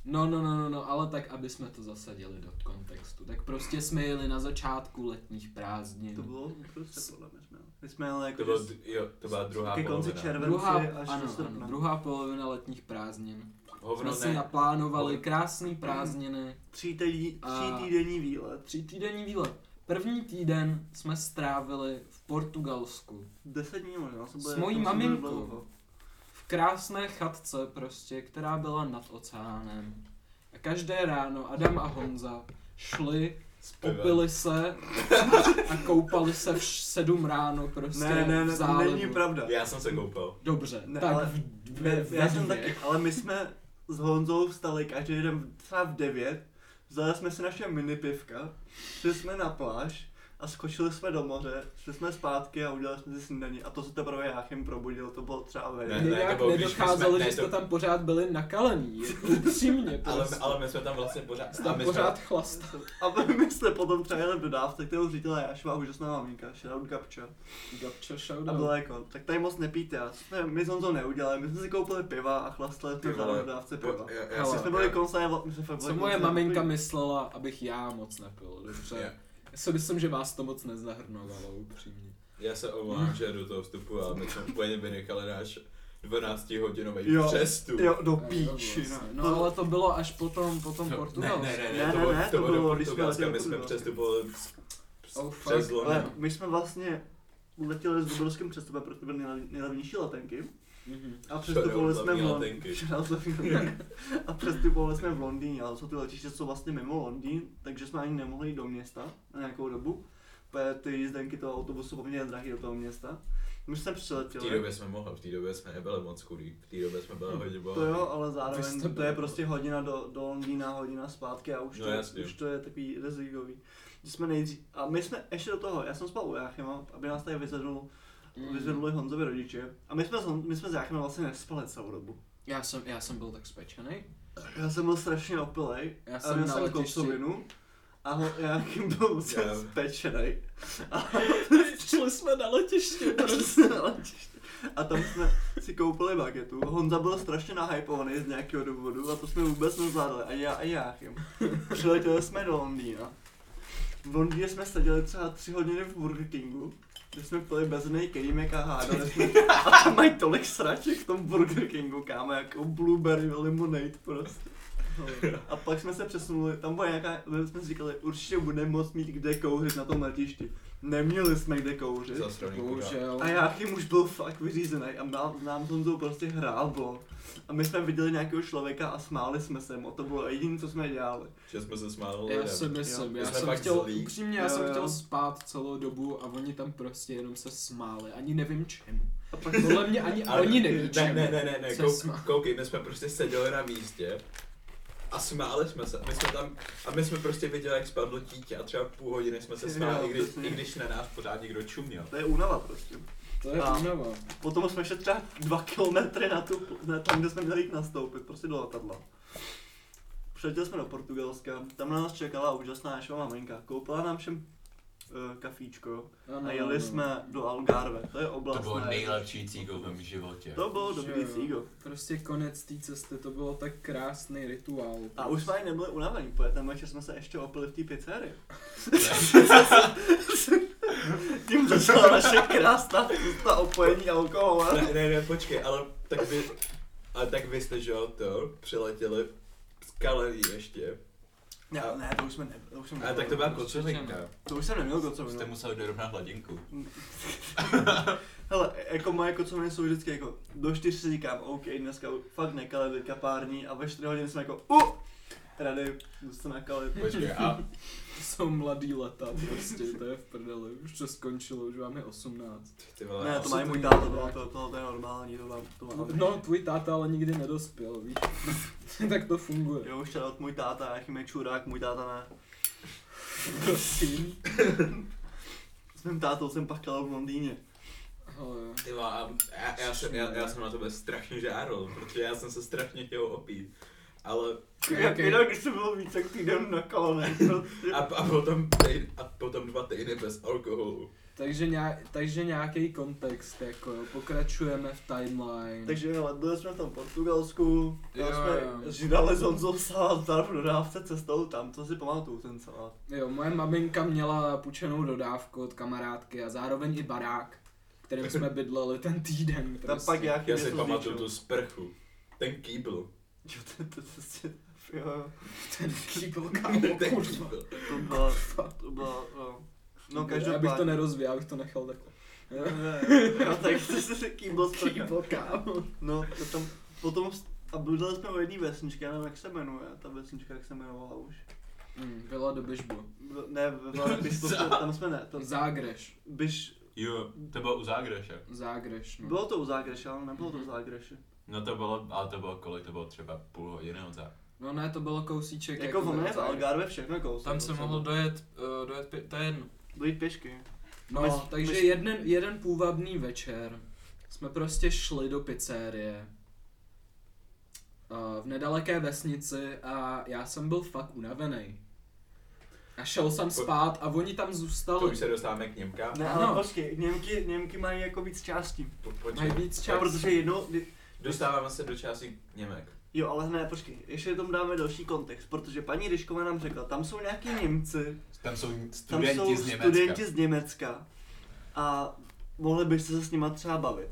Speaker 1: No, no, no, no, no, ale tak, aby jsme to zasadili do kontextu. Tak prostě jsme jeli na začátku letních prázdnin.
Speaker 3: To bylo prostě podle mě jsme jeli. My jsme jeli
Speaker 2: To,
Speaker 3: jako
Speaker 2: bylo, jo, to byla druhá
Speaker 3: ke konci
Speaker 2: polovina.
Speaker 3: července
Speaker 1: druhá,
Speaker 3: až do
Speaker 1: ano, ano,
Speaker 3: srpna.
Speaker 1: druhá polovina letních prázdnin.
Speaker 2: Hovno
Speaker 1: jsme si
Speaker 2: ne,
Speaker 1: naplánovali
Speaker 2: Hovno.
Speaker 1: krásný prázdniny,
Speaker 3: Tří, týdní,
Speaker 1: A-
Speaker 3: tří týdenní výlet.
Speaker 1: tři týdenní výlet. První týden jsme strávili v Portugalsku.
Speaker 3: Deset dní možná. no, to jako- bude-
Speaker 1: S mojí
Speaker 3: to bude
Speaker 1: maminkou.
Speaker 3: dlouho.
Speaker 1: V krásné chatce prostě, která byla nad oceánem. A každé ráno Adam a Honza šli, popili se a koupali se v š- sedm ráno prostě
Speaker 3: Ne, ne,
Speaker 1: v
Speaker 3: ne, to
Speaker 1: zálivu.
Speaker 3: není pravda.
Speaker 2: Já jsem se koupal.
Speaker 1: Dobře,
Speaker 3: Ne,
Speaker 1: tak
Speaker 3: ale-
Speaker 1: v, v,
Speaker 3: Ne,
Speaker 1: v,
Speaker 3: já jsem
Speaker 1: dvě.
Speaker 3: taky, ale my jsme s Honzou vstali každý jeden třeba v 9, vzali jsme si naše mini pivka, šli jsme na pláž, a skočili jsme do moře, šli jsme zpátky a udělali jsme si snídaní. A to se teprve Jáchym probudil, to bylo třeba ve
Speaker 2: Ne,
Speaker 1: Ne,
Speaker 2: to
Speaker 1: Jinak
Speaker 2: jako bylo, když
Speaker 1: nedocházelo,
Speaker 2: jsme- ne,
Speaker 1: že jste
Speaker 2: to-
Speaker 1: tam pořád byli nakalený, jako upřímně
Speaker 2: (laughs) Ale,
Speaker 1: prostě.
Speaker 2: ale my jsme tam vlastně pořád...
Speaker 1: Jste
Speaker 2: a
Speaker 1: tam
Speaker 2: my
Speaker 1: pořád
Speaker 2: Jsme,
Speaker 1: chlast.
Speaker 3: A my jsme potom třeba jeli do dávce, kterou řídila Jášma a úžasná maminka, shoutout Gabča.
Speaker 1: Gabčo,
Speaker 3: A
Speaker 1: shoutout.
Speaker 3: bylo jako, tak tady moc nepíte, a jsme, my s Honzou neudělali, my jsme si koupili piva a chlastali
Speaker 2: Ty
Speaker 3: jsme
Speaker 2: vole,
Speaker 3: v dodávce piva.
Speaker 2: po- já- já
Speaker 3: Já
Speaker 1: Hele,
Speaker 2: si-
Speaker 3: jsme byli koncem, my jsme fakt byli
Speaker 1: Co moje
Speaker 3: koncem-
Speaker 1: maminka myslela, abych já moc nepil, dobře?
Speaker 2: Já-
Speaker 1: Já si myslím, že vás to moc nezahrnovalo, upřímně.
Speaker 2: Já se omlouvám, že do toho vstupu a my jsme úplně vynechali náš 12 hodinový
Speaker 3: Jo.
Speaker 2: přestup.
Speaker 3: Jo, do
Speaker 1: Ne,
Speaker 3: píči,
Speaker 1: vlastně.
Speaker 3: no.
Speaker 1: No ale to bylo až potom, potom
Speaker 2: No,
Speaker 1: Portugalsku.
Speaker 2: Ne, ne, ne,
Speaker 3: Ne,
Speaker 2: to
Speaker 3: ne,
Speaker 2: bylo,
Speaker 3: ne,
Speaker 2: to
Speaker 3: to
Speaker 2: bylo
Speaker 3: bylo,
Speaker 2: do
Speaker 3: když jsme
Speaker 2: Portugalska, my
Speaker 3: letěli
Speaker 2: jsme
Speaker 3: do
Speaker 2: přestupovali přes-
Speaker 1: Oh, fuck.
Speaker 2: přes
Speaker 3: Ale
Speaker 2: Londýn.
Speaker 3: my jsme vlastně letěli s Dubrovským přestupem, protože byly nejle- nejlevnější letenky.
Speaker 1: Mhm.
Speaker 3: A přestupovali
Speaker 2: Shoutout
Speaker 3: jsme v
Speaker 2: hlavní
Speaker 3: Londýně.
Speaker 2: letenky.
Speaker 3: (laughs) A přestupovali jsme v Londýně, ale jsou ty letiště, co jsou vlastně mimo Londýn, takže jsme ani nemohli jít do města na nějakou dobu. Protože ty jízdenky toho autobusu jsou poměrně drahý do toho města. My jsme
Speaker 2: V té
Speaker 3: přiletěli.
Speaker 2: době jsme mohli, v té době jsme nebyli moc chudí, v té době jsme byli hodně bohatí.
Speaker 3: To jo, ale
Speaker 1: Vy
Speaker 3: zároveň
Speaker 1: jste
Speaker 3: to je
Speaker 1: byli-
Speaker 3: prostě hodina do, do Londýna, hodina zpátky a už,
Speaker 2: No
Speaker 3: to,
Speaker 2: jasně.
Speaker 3: už to je takový rizikový. Že jsme nejdřív, a my jsme ještě do toho, já jsem spal u Jáchyma, aby nás tady vyzvednul,
Speaker 1: Mm.
Speaker 3: vyzvednuli Honzovi rodiče. A my jsme, s Hon- my jsme s Jáchymem vlastně nespali celou dobu.
Speaker 1: Já jsem, já jsem byl tak spečený.
Speaker 3: (laughs) Já jsem byl strašně opilej,
Speaker 1: Já
Speaker 3: a
Speaker 1: jsem
Speaker 3: měl
Speaker 1: na
Speaker 3: jsem
Speaker 1: letišti.
Speaker 3: kosovinu. A ho, (laughs) Jáchym byl
Speaker 2: Já-
Speaker 3: yeah. spečený.
Speaker 1: Čili jsme na letišti.
Speaker 3: A tam jsme si koupili bagetu. Honza byl strašně nahypovaný z nějakého důvodu a to jsme vůbec nezvládli, ani já, ani Jáchym. Přiletěli jsme do Londýna. V Londýně jsme seděli třeba tři hodiny v Burger Kingu, kde jsme pili beznej kejmek a hádali jsme. A tam mají tolik sraček v tom Burger Kingu, kámo, jako blueberry lemonade prostě. A pak jsme se přesunuli, tam byla nějaká, my jsme si říkali, určitě budeme moct mít kde kouřit na tom letišti. Neměli jsme kde kouřit.
Speaker 2: Za srovný kurva.
Speaker 1: Bohužel.
Speaker 3: A Jáchym už byl fakt vyřízený a nám, nám to prostě hráblo. A my jsme viděli nějakého člověka a smáli jsme se mu. To bylo jediné, co jsme dělali.
Speaker 2: Že jsme se smáli
Speaker 1: Já
Speaker 2: lidem.
Speaker 1: si myslím,
Speaker 2: My
Speaker 1: já
Speaker 2: jsme
Speaker 1: jsem
Speaker 2: fakt
Speaker 1: chtěl,
Speaker 2: zlí.
Speaker 1: upřímně, já
Speaker 3: Jo,
Speaker 1: jsem
Speaker 3: jo.
Speaker 1: chtěl spát celou dobu a oni tam prostě jenom se smáli, ani nevím čemu. (laughs)
Speaker 3: A pak
Speaker 1: Podle mě ani
Speaker 2: Ale-
Speaker 1: oni neví
Speaker 2: Ne,
Speaker 1: čemu.
Speaker 2: ne, ne, ne, ne,
Speaker 1: se
Speaker 2: kouk,
Speaker 1: smá-
Speaker 2: koukej, my jsme prostě seděli na místě a smáli jsme se. A my jsme tam, a my jsme prostě viděli, jak spadlo dítě a třeba půl hodiny jsme se
Speaker 3: Jo,
Speaker 2: smáli, i když,
Speaker 3: přesně.
Speaker 2: i když na nás pořád někdo čuměl.
Speaker 3: to je únava prostě.
Speaker 1: To je
Speaker 3: A-
Speaker 1: únava.
Speaker 3: Potom jsme šli třeba dva kilometry na tu, na tam, kde jsme měli jít nastoupit, prostě do letadla. Přiletěli jsme do Portugalska, tam na nás čekala úžasná naše maminka. Koupila nám všem eh, kafíčko
Speaker 1: Ano,
Speaker 3: a jeli
Speaker 1: ano.
Speaker 3: jsme do Algarve, to je oblast. na-
Speaker 2: cígo v mém životě.
Speaker 3: To bylo
Speaker 1: Že
Speaker 3: dobrý
Speaker 1: jo.
Speaker 3: cígo.
Speaker 1: Prostě konec té cesty, to bylo tak krásný rituál.
Speaker 3: A už jsme ani nebyli unavení, protože ten večer jsme se ještě opili v té pizzerii. Tím začala naše krásná cesta opojení alkoholem.
Speaker 2: Ne, ne, ne, počkej, ale tak vy, a tak vy jste, že jo, to, přiletěli z Kalení ještě.
Speaker 3: Ne, ne, to už jsme ne, to už jsem
Speaker 2: A
Speaker 3: nebyl.
Speaker 2: tak to byla
Speaker 1: Čečeno.
Speaker 2: kocovinka.
Speaker 3: To už jsem neměl no.
Speaker 2: Jste
Speaker 3: kocovinu.
Speaker 2: musel dorovnat hladinku.
Speaker 3: Hele, jako moje kocoviny jsou vždycky jako, do čtyř si říkám, OK, dneska fakt nekale, teďka pár dní, a ve čtyři hodiny jsem jako, u, tady, jdu se nakalit.
Speaker 2: Počkej, a
Speaker 1: To jsou mladý leta, prostě, to je v prdeli. Už to skončilo, už vám je 18.
Speaker 2: ty vole,
Speaker 3: Ne,
Speaker 2: a-
Speaker 3: to
Speaker 1: asi
Speaker 3: mají
Speaker 1: to
Speaker 3: můj
Speaker 1: je
Speaker 3: táta,
Speaker 1: dobré.
Speaker 3: tohle, to, tohle to je normální, to mám, to mám.
Speaker 1: No, tvůj táta ale nikdy nedospěl, víš? (laughs) tak to funguje.
Speaker 3: Jo, už teda od můj táta, jaký je čurák, můj táta ne.
Speaker 1: Prosím.
Speaker 3: S mým tátou jsem pak kalal v Londýně.
Speaker 1: Ale
Speaker 2: Ty vole, a já, já, jsem, já, já jsem na tebe strašně žáril, protože já jsem se strašně chtěl opít. Ale
Speaker 3: Jak jinak, když jsem byl víc jak týden na no. kalné.
Speaker 1: (laughs)
Speaker 2: a, a, potom týd, a potom dva týdny bez alkoholu.
Speaker 1: Takže, nějak, takže nějaký kontext, jako jo, pokračujeme v timeline.
Speaker 3: Takže hele, byli jsme v tom Portugalsku,
Speaker 1: Jo,
Speaker 3: tam
Speaker 1: jo.
Speaker 3: jsme židali s Honzou salát tam v dodávce cestou tam, to si pamatuju ten salát.
Speaker 1: Jo, moje maminka měla půjčenou dodávku od kamarádky a zároveň i barák, v kterém jsme bydleli ten týden. Prostě.
Speaker 3: Tam pak nějaký
Speaker 2: Já si
Speaker 3: něco
Speaker 2: pamatuju tu
Speaker 3: zničil.
Speaker 2: sprchu. Ten kýbl.
Speaker 3: Jo, to, to, to, to, to, jo, jo.
Speaker 1: Ten
Speaker 3: (laughs)
Speaker 1: kýbl,
Speaker 2: (laughs)
Speaker 1: kámo,
Speaker 2: Ten
Speaker 1: kurva.
Speaker 2: kýbl.
Speaker 3: to byla, to byla, no. No
Speaker 1: Já bych to
Speaker 3: každopádně.
Speaker 1: nerozvíjel, já bych to nechal takhle.
Speaker 3: (laughs) No tak to se se kýbl sprcha.
Speaker 1: Kýbl, kámo.
Speaker 3: No, to tam, potom, a bydleli jsme u jedné vesničky, já nevím jak se jmenuje, ta vesnička jak se jmenovala už. Hmm.
Speaker 1: Mm, byla do Bižbu.
Speaker 3: V-
Speaker 1: (laughs)
Speaker 3: Ne, v, v, když to, tam jsme ne, to,
Speaker 1: Zágreš.
Speaker 3: byš,
Speaker 2: Jo, to bylo u Zágreše.
Speaker 1: Zágreš, no.
Speaker 3: bylo to u Zágreše, ale nebylo to u Zágreše.
Speaker 2: No to bylo, ale to bylo kolik, to bylo třeba půl hodiny od Zágreše.
Speaker 1: No ne, to bylo kousíček.
Speaker 3: Jako ono je v
Speaker 1: Zágreš.
Speaker 3: Algarve všechno kousek.
Speaker 4: Tam se
Speaker 3: kousek.
Speaker 4: mohl dojet, uh, dojet pi- to je jedno.
Speaker 3: dojít pěšky.
Speaker 1: No,
Speaker 3: Mys-
Speaker 1: takže
Speaker 3: mys-
Speaker 1: jeden, jeden půvabný večer jsme prostě šli do pizzerie eh, v nedaleké vesnici a já jsem byl fakt unavený. A šel jsem
Speaker 5: Po-
Speaker 1: spát a oni tam
Speaker 5: To
Speaker 1: zůstali.
Speaker 5: už se dostáváme k Němka.
Speaker 3: Ne,
Speaker 1: Ano.
Speaker 3: ale počkej, Němky, Němky mají jako víc částí.
Speaker 5: Po, počkej.
Speaker 1: Mají víc
Speaker 3: A
Speaker 1: čas.
Speaker 3: No, protože jednou, kdy-
Speaker 5: Dostáváme se do části Němek.
Speaker 3: Jo, ale ne, počkej, ještě tomu dáme další kontext, protože paní Ryšková nám řekla, tam jsou nějaký Němci,
Speaker 2: Tam jsou
Speaker 3: tam
Speaker 2: studenti
Speaker 3: jsou
Speaker 2: z Německa.
Speaker 3: studenti z Německa a mohli byste se s nima třeba bavit.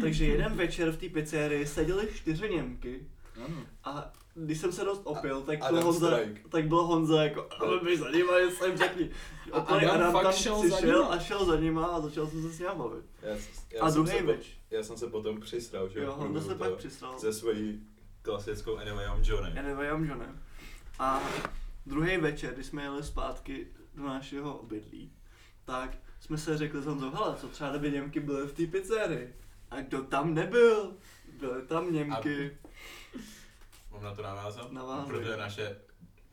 Speaker 3: Takže jeden večer v té pizzerii seděli čtyři Němky
Speaker 1: Ano.
Speaker 3: a když jsem se dost opil, tak
Speaker 5: A-
Speaker 3: byl
Speaker 5: Adam
Speaker 3: Honza,
Speaker 5: Strike.
Speaker 3: tak byl Honza jako, ale my za nima jsem řekni.
Speaker 1: A
Speaker 3: Opilý
Speaker 1: Adam
Speaker 3: Adam
Speaker 1: fakt
Speaker 3: tam
Speaker 1: šel za
Speaker 3: přišel
Speaker 1: nima.
Speaker 3: a šel za nima a začal jsem se s nima bavit.
Speaker 5: Já, s- já
Speaker 3: a
Speaker 5: jsem
Speaker 3: druhý
Speaker 5: se po-
Speaker 3: večer,
Speaker 5: Já jsem se potom přisral, že
Speaker 3: jo, Honza
Speaker 5: Mluvil
Speaker 3: se
Speaker 5: to
Speaker 3: pak přistál.
Speaker 5: Se svojí klasickou Anyway I'm Johnny.
Speaker 3: Anyway, I'm Johnem. A druhý večer, když jsme jeli zpátky do našeho obydlí, tak jsme se řekli s Honzou, hele, co třeba kdyby Němky byly v té pizzerii. A kdo tam nebyl? Byly tam Němky.
Speaker 2: Mám na to navázat?
Speaker 3: Navázuj.
Speaker 2: Protože naše,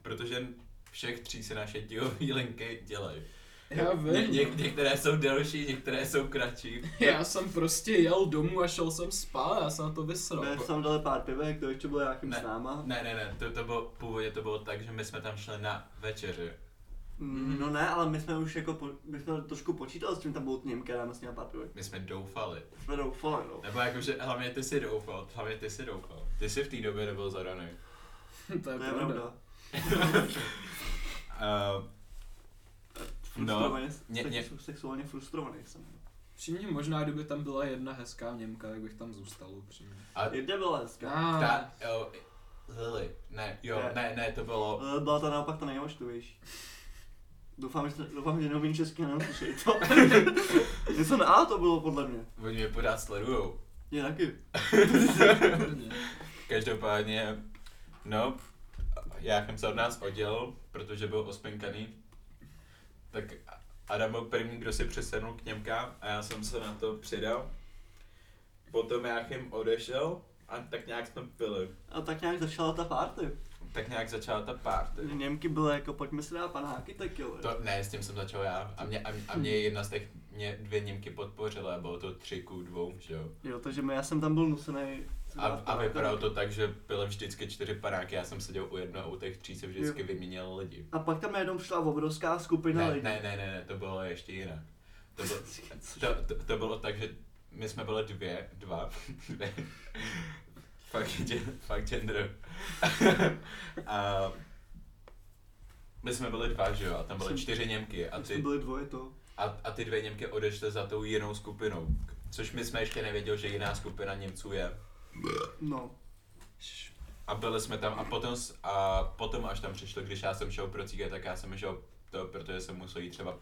Speaker 2: protože všech tří se naše tělový (laughs) linky dělají.
Speaker 1: Já
Speaker 2: Ně,
Speaker 1: vím.
Speaker 2: ně, některé jsou delší, některé jsou kratší.
Speaker 1: Já jsem prostě jel domů a šel jsem spát, já jsem na to vysral.
Speaker 3: Ne, tam dali pár pivek, to ještě bylo nějakým
Speaker 2: Ne.
Speaker 3: s náma.
Speaker 2: Ne, ne, ne, to, to bylo, původně to bylo tak, že my jsme tam šli na večeři.
Speaker 3: Mm,
Speaker 1: Mhm.
Speaker 3: No ne, ale my jsme už jako, po, my jsme trošku počítali s tím, tam budou ty Němky a dáme s nimi pár pivek.
Speaker 2: My jsme doufali.
Speaker 3: Jsme doufali, no.
Speaker 2: Nebo jakože, hlavně ty si doufal, hlavně ty si doufal. Ty jsi v té době nebyl (laughs) zadaný.
Speaker 1: (laughs)
Speaker 2: Eh,
Speaker 1: to je
Speaker 3: To je pravda.
Speaker 1: pravda.
Speaker 2: Uh,
Speaker 3: Frustrovaně,
Speaker 2: ně- ně-
Speaker 3: sex- sexuálně frustrovaný jsem.
Speaker 1: Přímě možná, kdyby tam byla jedna hezká Němka, tak bych tam zůstal upřímně.
Speaker 2: a
Speaker 3: Jedna byla hezká.
Speaker 2: ta,
Speaker 1: A,
Speaker 2: jo, Lily, ne, jo,
Speaker 3: Ne.
Speaker 2: ne, ne, to bylo,
Speaker 1: No.
Speaker 3: Ale Eh, Byla to naopak ta nejoštovější. Doufám, že, doufám, že neumím česky a neuslyšej
Speaker 1: (laughs)
Speaker 3: to. Něco na A to bylo podle mě.
Speaker 2: oni mě pořád sledujou.
Speaker 3: Je taky.
Speaker 1: Ah, (laughs)
Speaker 2: Každopádně, no, já jsem se od nás oddělil, protože byl ospenkaný, tak Adam byl první, kdo si přesednul k Němkám
Speaker 5: A já jsem se na to přidal. Potom Jáchym odešel a tak nějak jsme pili.
Speaker 3: A tak nějak začala ta party.
Speaker 2: tak nějak začala ta party.
Speaker 3: Němky byly jako, pojďme si dát panáky, tak jo.
Speaker 2: To, ne, s tím jsem začal já. A mě, a, a mě jedna z těch, mě dvě Němky podpořila, bylo to 3 ku 2, že jo.
Speaker 3: Jo, takže my- já jsem tam byl nucený.
Speaker 2: A, a vypadalo to tak, že byly vždycky čtyři paráky, já jsem seděl u jednoho, a u těch tří se vždycky vyměnil lidi.
Speaker 3: A pak tam najednou přišla obrovská skupina
Speaker 2: Ne, ne,
Speaker 3: lidí.
Speaker 2: ne, ne, ne, to bylo ještě jinak. To
Speaker 3: (laughs)
Speaker 2: bylo, to, to, to bylo tak, že my jsme byli dvě, dva, dvě. fakt, gen- fakt gender. (laughs) a my jsme byli dva, že jo, a tam byly čtyři Němky a
Speaker 3: My jsme
Speaker 2: ty,
Speaker 3: byli dvoje to.
Speaker 2: a, a ty dvě Němky odešly za tou jinou skupinou. Což my jsme ještě nevěděli, že jiná skupina Němců je.
Speaker 3: No.
Speaker 2: A byli jsme tam a potom, s- a potom až tam přišlo, když já jsem šel pro cíge, tak já jsem šel to, protože jsem musel jít třeba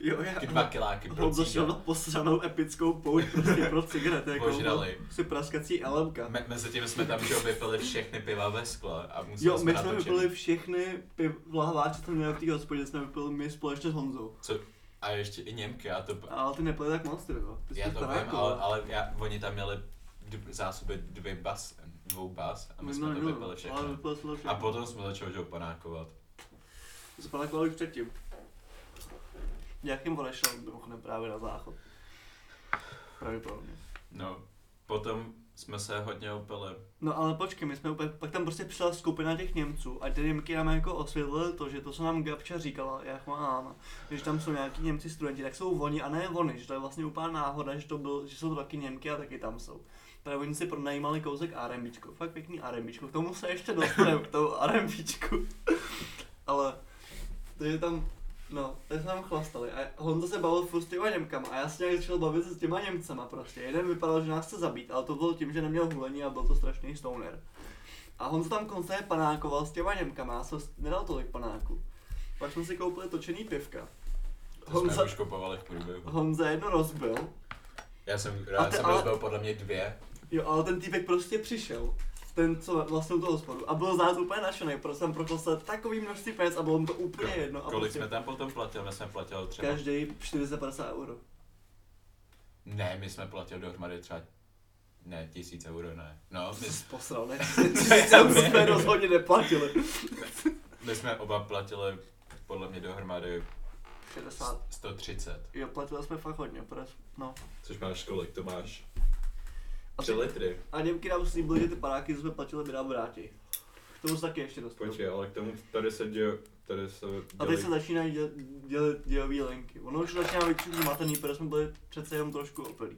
Speaker 3: Jo, já.
Speaker 2: ty dva kiláky pro
Speaker 3: Honzo
Speaker 2: cíge.
Speaker 3: šel na posranou epickou pouť prostě pro cigarety. Jako
Speaker 2: Požrali.
Speaker 3: Si praskací elemka.
Speaker 2: Me- mezi tím jsme tam, že jo, vypili všechny piva ve skle a museli
Speaker 3: Jo,
Speaker 2: jsme
Speaker 3: my
Speaker 2: na
Speaker 3: jsme
Speaker 2: to
Speaker 3: vypili
Speaker 2: čelit.
Speaker 3: všechny piv, lahváče, co měli v té hospodě, jsme vypili my společně s Honzou.
Speaker 2: Co? A ještě i Němky, a to...
Speaker 3: Ale ty nepili tak moc, ty jo. Ty jsi
Speaker 2: já to
Speaker 3: v
Speaker 2: vím,
Speaker 3: panáku,
Speaker 2: ale, ale já, oni tam měli dv- zásoby dvě bas, dvou bas a my
Speaker 3: No,
Speaker 2: jsme to
Speaker 3: jo,
Speaker 2: vypili
Speaker 3: Ale
Speaker 2: všechno.
Speaker 3: vypili jsme to všechno.
Speaker 2: A potom jsme začali, že jo, panákovat.
Speaker 3: Jsme panákovali už předtím. Nějakým odešel, mimochodem právě na záchod. Pravděpodobně.
Speaker 2: No, potom jsme se hodně opili.
Speaker 3: No ale počkej, my jsme úplně, pak tam prostě přišla skupina těch Němců a ty Němky nám jako osvětlili to, že to, co nám Gabča říkala, jak má Hána, že tam jsou nějaký Němci studenti, tak jsou oni a ne oni, že to je vlastně úplná náhoda, že, to byl, že jsou to taky Němky a taky tam jsou. Tady oni si pronajímali kousek RMBčko, fakt pěkný RMBčko, k tomu se ještě dostaneme, k tomu RMBčku. (laughs) ale, takže tam, no, tak jsme tam chlastali a Honza se bavil furt s těma Němkama a já se nějak začal bavit se s těma Němcama prostě. Jeden vypadal, že nás chce zabít, ale to bylo tím, že neměl hulení a byl to strašný stoner. A Honza tam konstantně panákoval s těma Němkama, já jsem s- nedal tolik panáku. Pak jsme si koupili točený pivka.
Speaker 2: To
Speaker 3: Honza,
Speaker 2: jsme už kupovali v průběhu.
Speaker 3: Honza jedno rozbil,
Speaker 2: Já jsem,
Speaker 3: A
Speaker 2: já
Speaker 3: ty-
Speaker 2: jsem
Speaker 3: ale-
Speaker 2: rozbil podle mě dvě.
Speaker 3: jo, ale ten týpek prostě přišel. Ten, co vlastně u toho hospodu. A byl znát úplně našený, protože jsem prokostil takový množství peněz a bylo mu to úplně
Speaker 2: Ko-
Speaker 3: jedno. A
Speaker 2: Kolik
Speaker 3: prostě
Speaker 2: jsme tam potom platili? My jsme platili třeba...
Speaker 3: Každý 450 euro.
Speaker 2: Ne, my jsme platili dohromady třeba... Ne, tisíc euro, ne. No, my,
Speaker 3: Jsi
Speaker 2: s-
Speaker 3: se
Speaker 2: (laughs)
Speaker 3: posral, ne?
Speaker 2: já
Speaker 3: Tam
Speaker 2: vím.
Speaker 3: jsme rozhodně neplatili.
Speaker 2: My jsme oba platili podle mě dohromady
Speaker 3: 60.
Speaker 2: 130.
Speaker 3: Jo, platili jsme fakt hodně, pres, no.
Speaker 5: Což máš kolik, to máš
Speaker 3: A,
Speaker 5: 3
Speaker 3: ty,
Speaker 5: litry.
Speaker 3: a Němky nám slíbili, že ty paráky jsme platili, by nám vrátí. K tomu se taky ještě dostanu.
Speaker 5: Počkej, ale k tomu tady se děje, tady se
Speaker 3: A
Speaker 5: dělí-
Speaker 3: teď se začínají dělat, dělat dělový lenky. Ono už začíná být trošku zmatený, protože jsme byli přece jenom trošku opilí.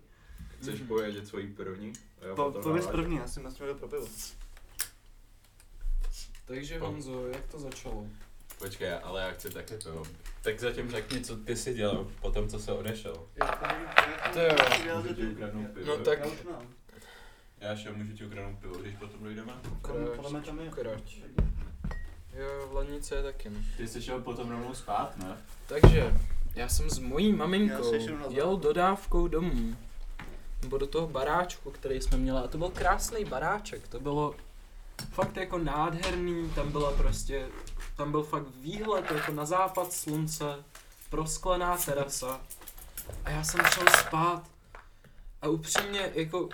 Speaker 5: Chceš
Speaker 1: Mhm.
Speaker 5: povědět svoji první? A já
Speaker 3: Po,
Speaker 5: potom
Speaker 3: pověz
Speaker 5: navážu.
Speaker 3: první, já jsem nastavil pro pivo.
Speaker 1: Takže
Speaker 2: Po-
Speaker 1: Honzo, jak to začalo?
Speaker 2: Počkej, ale já chci taky pivo. Tak zatím řekni, co ty si dělal po tom, co se odešel.
Speaker 1: To jo.
Speaker 2: Můžu ti ukradnout pivo?
Speaker 1: No tak-
Speaker 3: Já už mám.
Speaker 2: Já šel, můžu ti ukradnout pivo, když potom dojdeme?
Speaker 1: Kráč,
Speaker 3: Podle mě tam je.
Speaker 1: kráč. Jo, v lednice je taky. no.
Speaker 2: Ty jsi šel potom domů spát, ne?
Speaker 1: Takže, já jsem s mojí
Speaker 3: Já
Speaker 1: maminkou
Speaker 3: se šel na
Speaker 1: jel
Speaker 3: záchod.
Speaker 1: dodávkou domů. Nebo do toho baráčku, který jsme měli. A to byl krásný baráček. To bylo fakt jako nádherný. Tam byla prostě, tam byl fakt výhled jako na západ slunce. Prosklená terasa. A já jsem šel spát. A upřímně, jako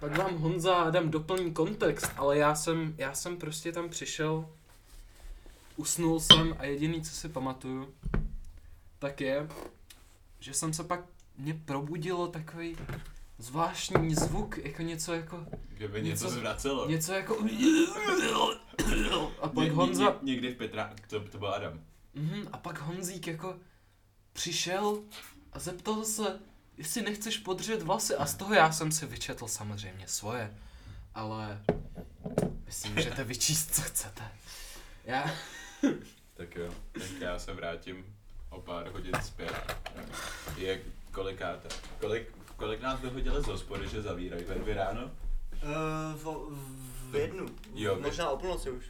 Speaker 1: pak vám Honza dám doplní kontext, ale já jsem, já jsem prostě tam přišel, usnul jsem a jediný, co si pamatuju, tak je, že jsem se pak, mě probudilo takový zvláštní zvuk, jako něco jako,
Speaker 2: Kdyby
Speaker 1: Něco-
Speaker 2: něco zvracelo.
Speaker 1: něco jako a pak
Speaker 2: Ně- ně-
Speaker 1: Honza,
Speaker 2: ně- Někdy v Petra, to, to byl Adam.
Speaker 1: mhm, a pak Honzík jako přišel a zeptal se, jestli nechceš podřet vlasy a z toho já jsem si vyčetl samozřejmě svoje, ale myslím, že to vyčíst, co chcete. Já,
Speaker 2: Tak jo, tak já se vrátím o pár hodin zpět. Jak kolikáte? Kolik, kolik nás vyhodili z hospody, že zavírají ve dvě ráno?
Speaker 3: Eh, v, v jednu.
Speaker 2: Jo,
Speaker 3: Možná o půlnoci už.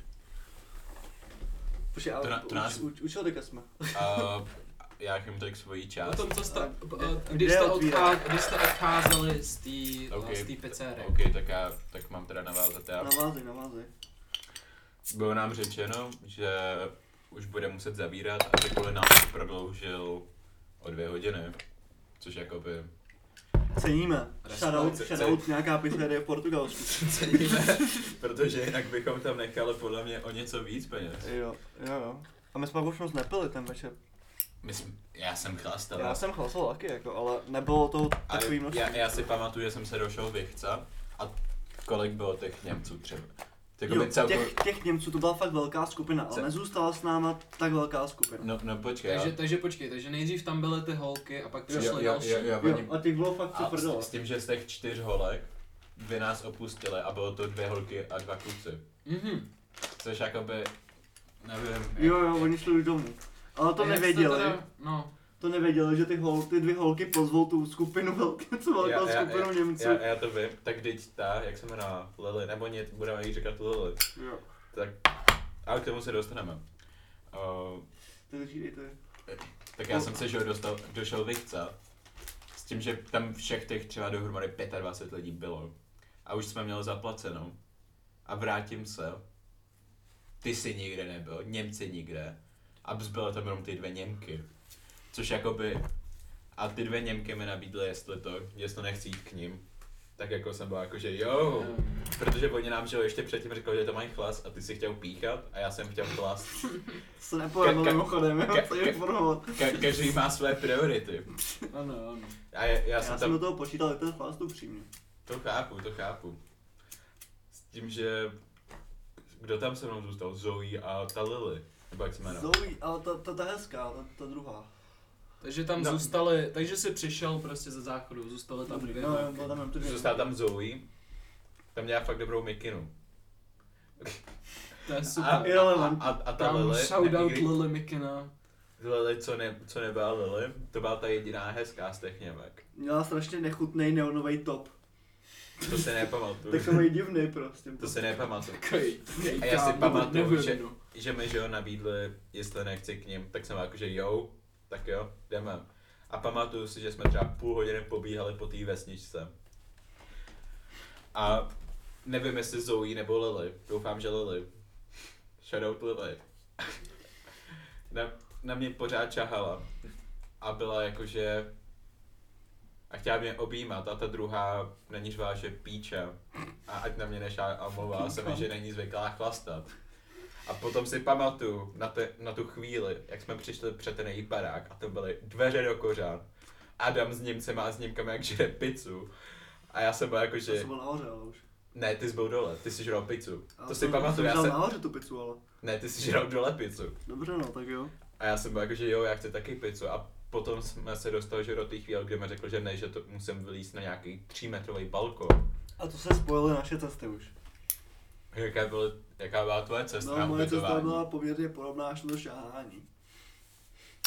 Speaker 3: Počkej,
Speaker 2: To na-
Speaker 3: ale
Speaker 2: to nás-
Speaker 3: u, u, u člověka jsme.
Speaker 2: A já jim tak svoji část.
Speaker 1: Potom, co jste,
Speaker 3: A
Speaker 1: a-
Speaker 3: kde
Speaker 1: když, jste
Speaker 3: otvírat?
Speaker 1: odchá, když jste odcházeli z té
Speaker 2: Ok.
Speaker 1: okay. pizzerie.
Speaker 2: OK, tak já tak mám teda navázat já.
Speaker 3: Navázej, navázej.
Speaker 2: Bylo nám řečeno, že už bude muset zavírat a že kvůli nás prodloužil o dvě hodiny. Což jakoby...
Speaker 3: Ceníme. Shoutout,
Speaker 5: Restaurace,
Speaker 3: shoutout nějaká pizzerie v Portugalsku.
Speaker 5: ceníme, protože jinak bychom tam nechali podle mě o něco víc peněz.
Speaker 3: Jo, jo, jo. A my jsme už moc nepili ten večer.
Speaker 2: Myslím, já jsem chlastal.
Speaker 3: Já jsem chlasil taky, jako, ale nebylo to
Speaker 2: A
Speaker 3: takový množství.
Speaker 2: já, já si pamatuju, že jsem se došel Vichca a kolik bylo těch Němců jako třeba.
Speaker 3: Jo,
Speaker 2: Jakoby celkově...
Speaker 3: těch, těch Němců to byla fakt velká skupina, ale
Speaker 2: Co?
Speaker 3: nezůstala s náma tak velká skupina.
Speaker 2: No, no počkej,
Speaker 1: Takže,
Speaker 2: já-
Speaker 1: takže počkej, takže nejdřív tam byly ty holky a pak přišly
Speaker 2: jo,
Speaker 1: další.
Speaker 2: jo, jo, jako oni-
Speaker 3: Jo, a těch bylo fakt co
Speaker 2: a
Speaker 3: prdele.
Speaker 2: s, s tím, že z těch čtyř holek dvě nás opustily a bylo to dvě holky a dva kluci.
Speaker 1: Mhm.
Speaker 2: Což jakoby, nevím.
Speaker 3: Jo, jo, oni šli už domů. Ale to
Speaker 1: Jak jste
Speaker 3: nevěděli,
Speaker 1: Teda, no,
Speaker 3: to nevěděli, že ty, hol, ty dvě holky pozvou tu skupinu velké, co velkou
Speaker 2: Já- já-
Speaker 3: skupinu Němců.
Speaker 2: Já, já to vím, tak teď ta, jak se jmenuje, Lily, nebo ně, budeme jí říkat Lily,
Speaker 3: Jo,
Speaker 2: ale k tomu se dostaneme. Uh,
Speaker 3: to je
Speaker 2: tak já jsem se, že jo, dostal, došel Vichca, s tím, že tam všech těch třeba dohromady 25 lidí bylo. A už jsme měli zaplaceno. A vrátím se. Ty jsi nikde nebyl, Němci nikde. A zbyly tam jenom ty dvě Němky. Což jakoby... A ty dvě Němky mi nabídly, jestli to, jestli to nechci jít k ním. Tak jako jsem byl jako, že jo.
Speaker 1: ehm,
Speaker 2: Protože oni nám, že jo, ještě předtím řekli, že to mají chlas a ty si chtěl píchat a já jsem chtěl chlas.
Speaker 3: se nepovedlo
Speaker 2: Ka- ka-
Speaker 3: mimochodem, jo,
Speaker 2: ka-
Speaker 3: co
Speaker 2: ka-
Speaker 3: je informovat.
Speaker 2: Ka- každý má své priority.
Speaker 1: ano, ano.
Speaker 2: A já, já
Speaker 3: Já
Speaker 2: jsem
Speaker 3: jsem
Speaker 2: tam...
Speaker 3: do toho počítal, ten chlast upřímně.
Speaker 2: To chápu, to chápu. S tím, že... Kdo tam se mnou zůstal? Zoe a ta Lily. Nebo jak se jmenuje?
Speaker 3: Zoe, ale ta, ta, ta hezká, ta, ta druhá.
Speaker 1: Takže tam
Speaker 2: No.
Speaker 1: zůstaly, takže si přišel prostě ze záchodu, zůstaly tam dvě
Speaker 3: No, jo,
Speaker 1: holky.
Speaker 3: byla tam jenom ty dvě.
Speaker 2: Zůstala tam Zoe. Tam měla fakt dobrou mikinu.
Speaker 1: To je
Speaker 2: A, a,
Speaker 1: super.
Speaker 2: a,
Speaker 3: Irrelevant.
Speaker 2: a, a ta
Speaker 1: Tam
Speaker 2: Lily, ne,
Speaker 1: shoutout
Speaker 2: i kdy-
Speaker 1: Lily Mikina.
Speaker 2: Lily, co, ne, co nebyla Lily, to byla ta jediná hezká z těch Němek.
Speaker 3: Měla strašně nechutnej neonový top.
Speaker 2: To se nepamatuju.
Speaker 3: Takový divný prostě.
Speaker 2: To se nepamatuju.
Speaker 1: Takový,
Speaker 2: A já si
Speaker 1: kámo,
Speaker 2: pamatuju,
Speaker 1: nevím,
Speaker 2: že-
Speaker 1: no.
Speaker 2: že mi, že jo, nabídli, jestli nechci k ním, tak jsem jako, že jo, tak jo, jdeme. A pamatuju si, že jsme třeba půl hodiny pobíhali po té vesničce. A nevím, jestli Zoe nebo Lily. Doufám, že Lily. Shoutout Lily. (laughs) Na, na mě pořád čahala. A byla jakože... A chtěla mě objímat a ta druhá na ní řvala, že píče. A ať na mě nešá a mluvila se mi, že není zvyklá chlastat. A potom si pamatuju na, te, na tu chvíli, jak jsme přišli před ten jejich barák a tam byly dveře do kořán. Adam s Němcema a s Němkama jak žere pizzu. A já jsem byl jako,
Speaker 3: Já
Speaker 2: že...
Speaker 3: jsem byl nahoře, ale už.
Speaker 2: Ne, ty jsi byl dole, ty jsi žral pizzu.
Speaker 3: Ale
Speaker 2: To si
Speaker 3: jsem-
Speaker 2: pamatuju, já
Speaker 3: jsem...
Speaker 2: jsem...
Speaker 3: žral nahoře tu pizzu, ale.
Speaker 2: Ne, ty jsi žral dole pizzu.
Speaker 3: Dobře no, tak jo.
Speaker 2: A já jsem byl jako, že jo, já chci taky pizzu. A potom jsme se dostali že do té chvíle, kde mi řekl, že ne, že to musím vylíst na nějaký třímetrový balkon.
Speaker 3: A to se spojily naše cesty už.
Speaker 2: Jaká byla, jaká byla tvoje cesta? na
Speaker 3: No, moje cesta
Speaker 2: ubytování?
Speaker 3: byla poměrně podobná až do šahání.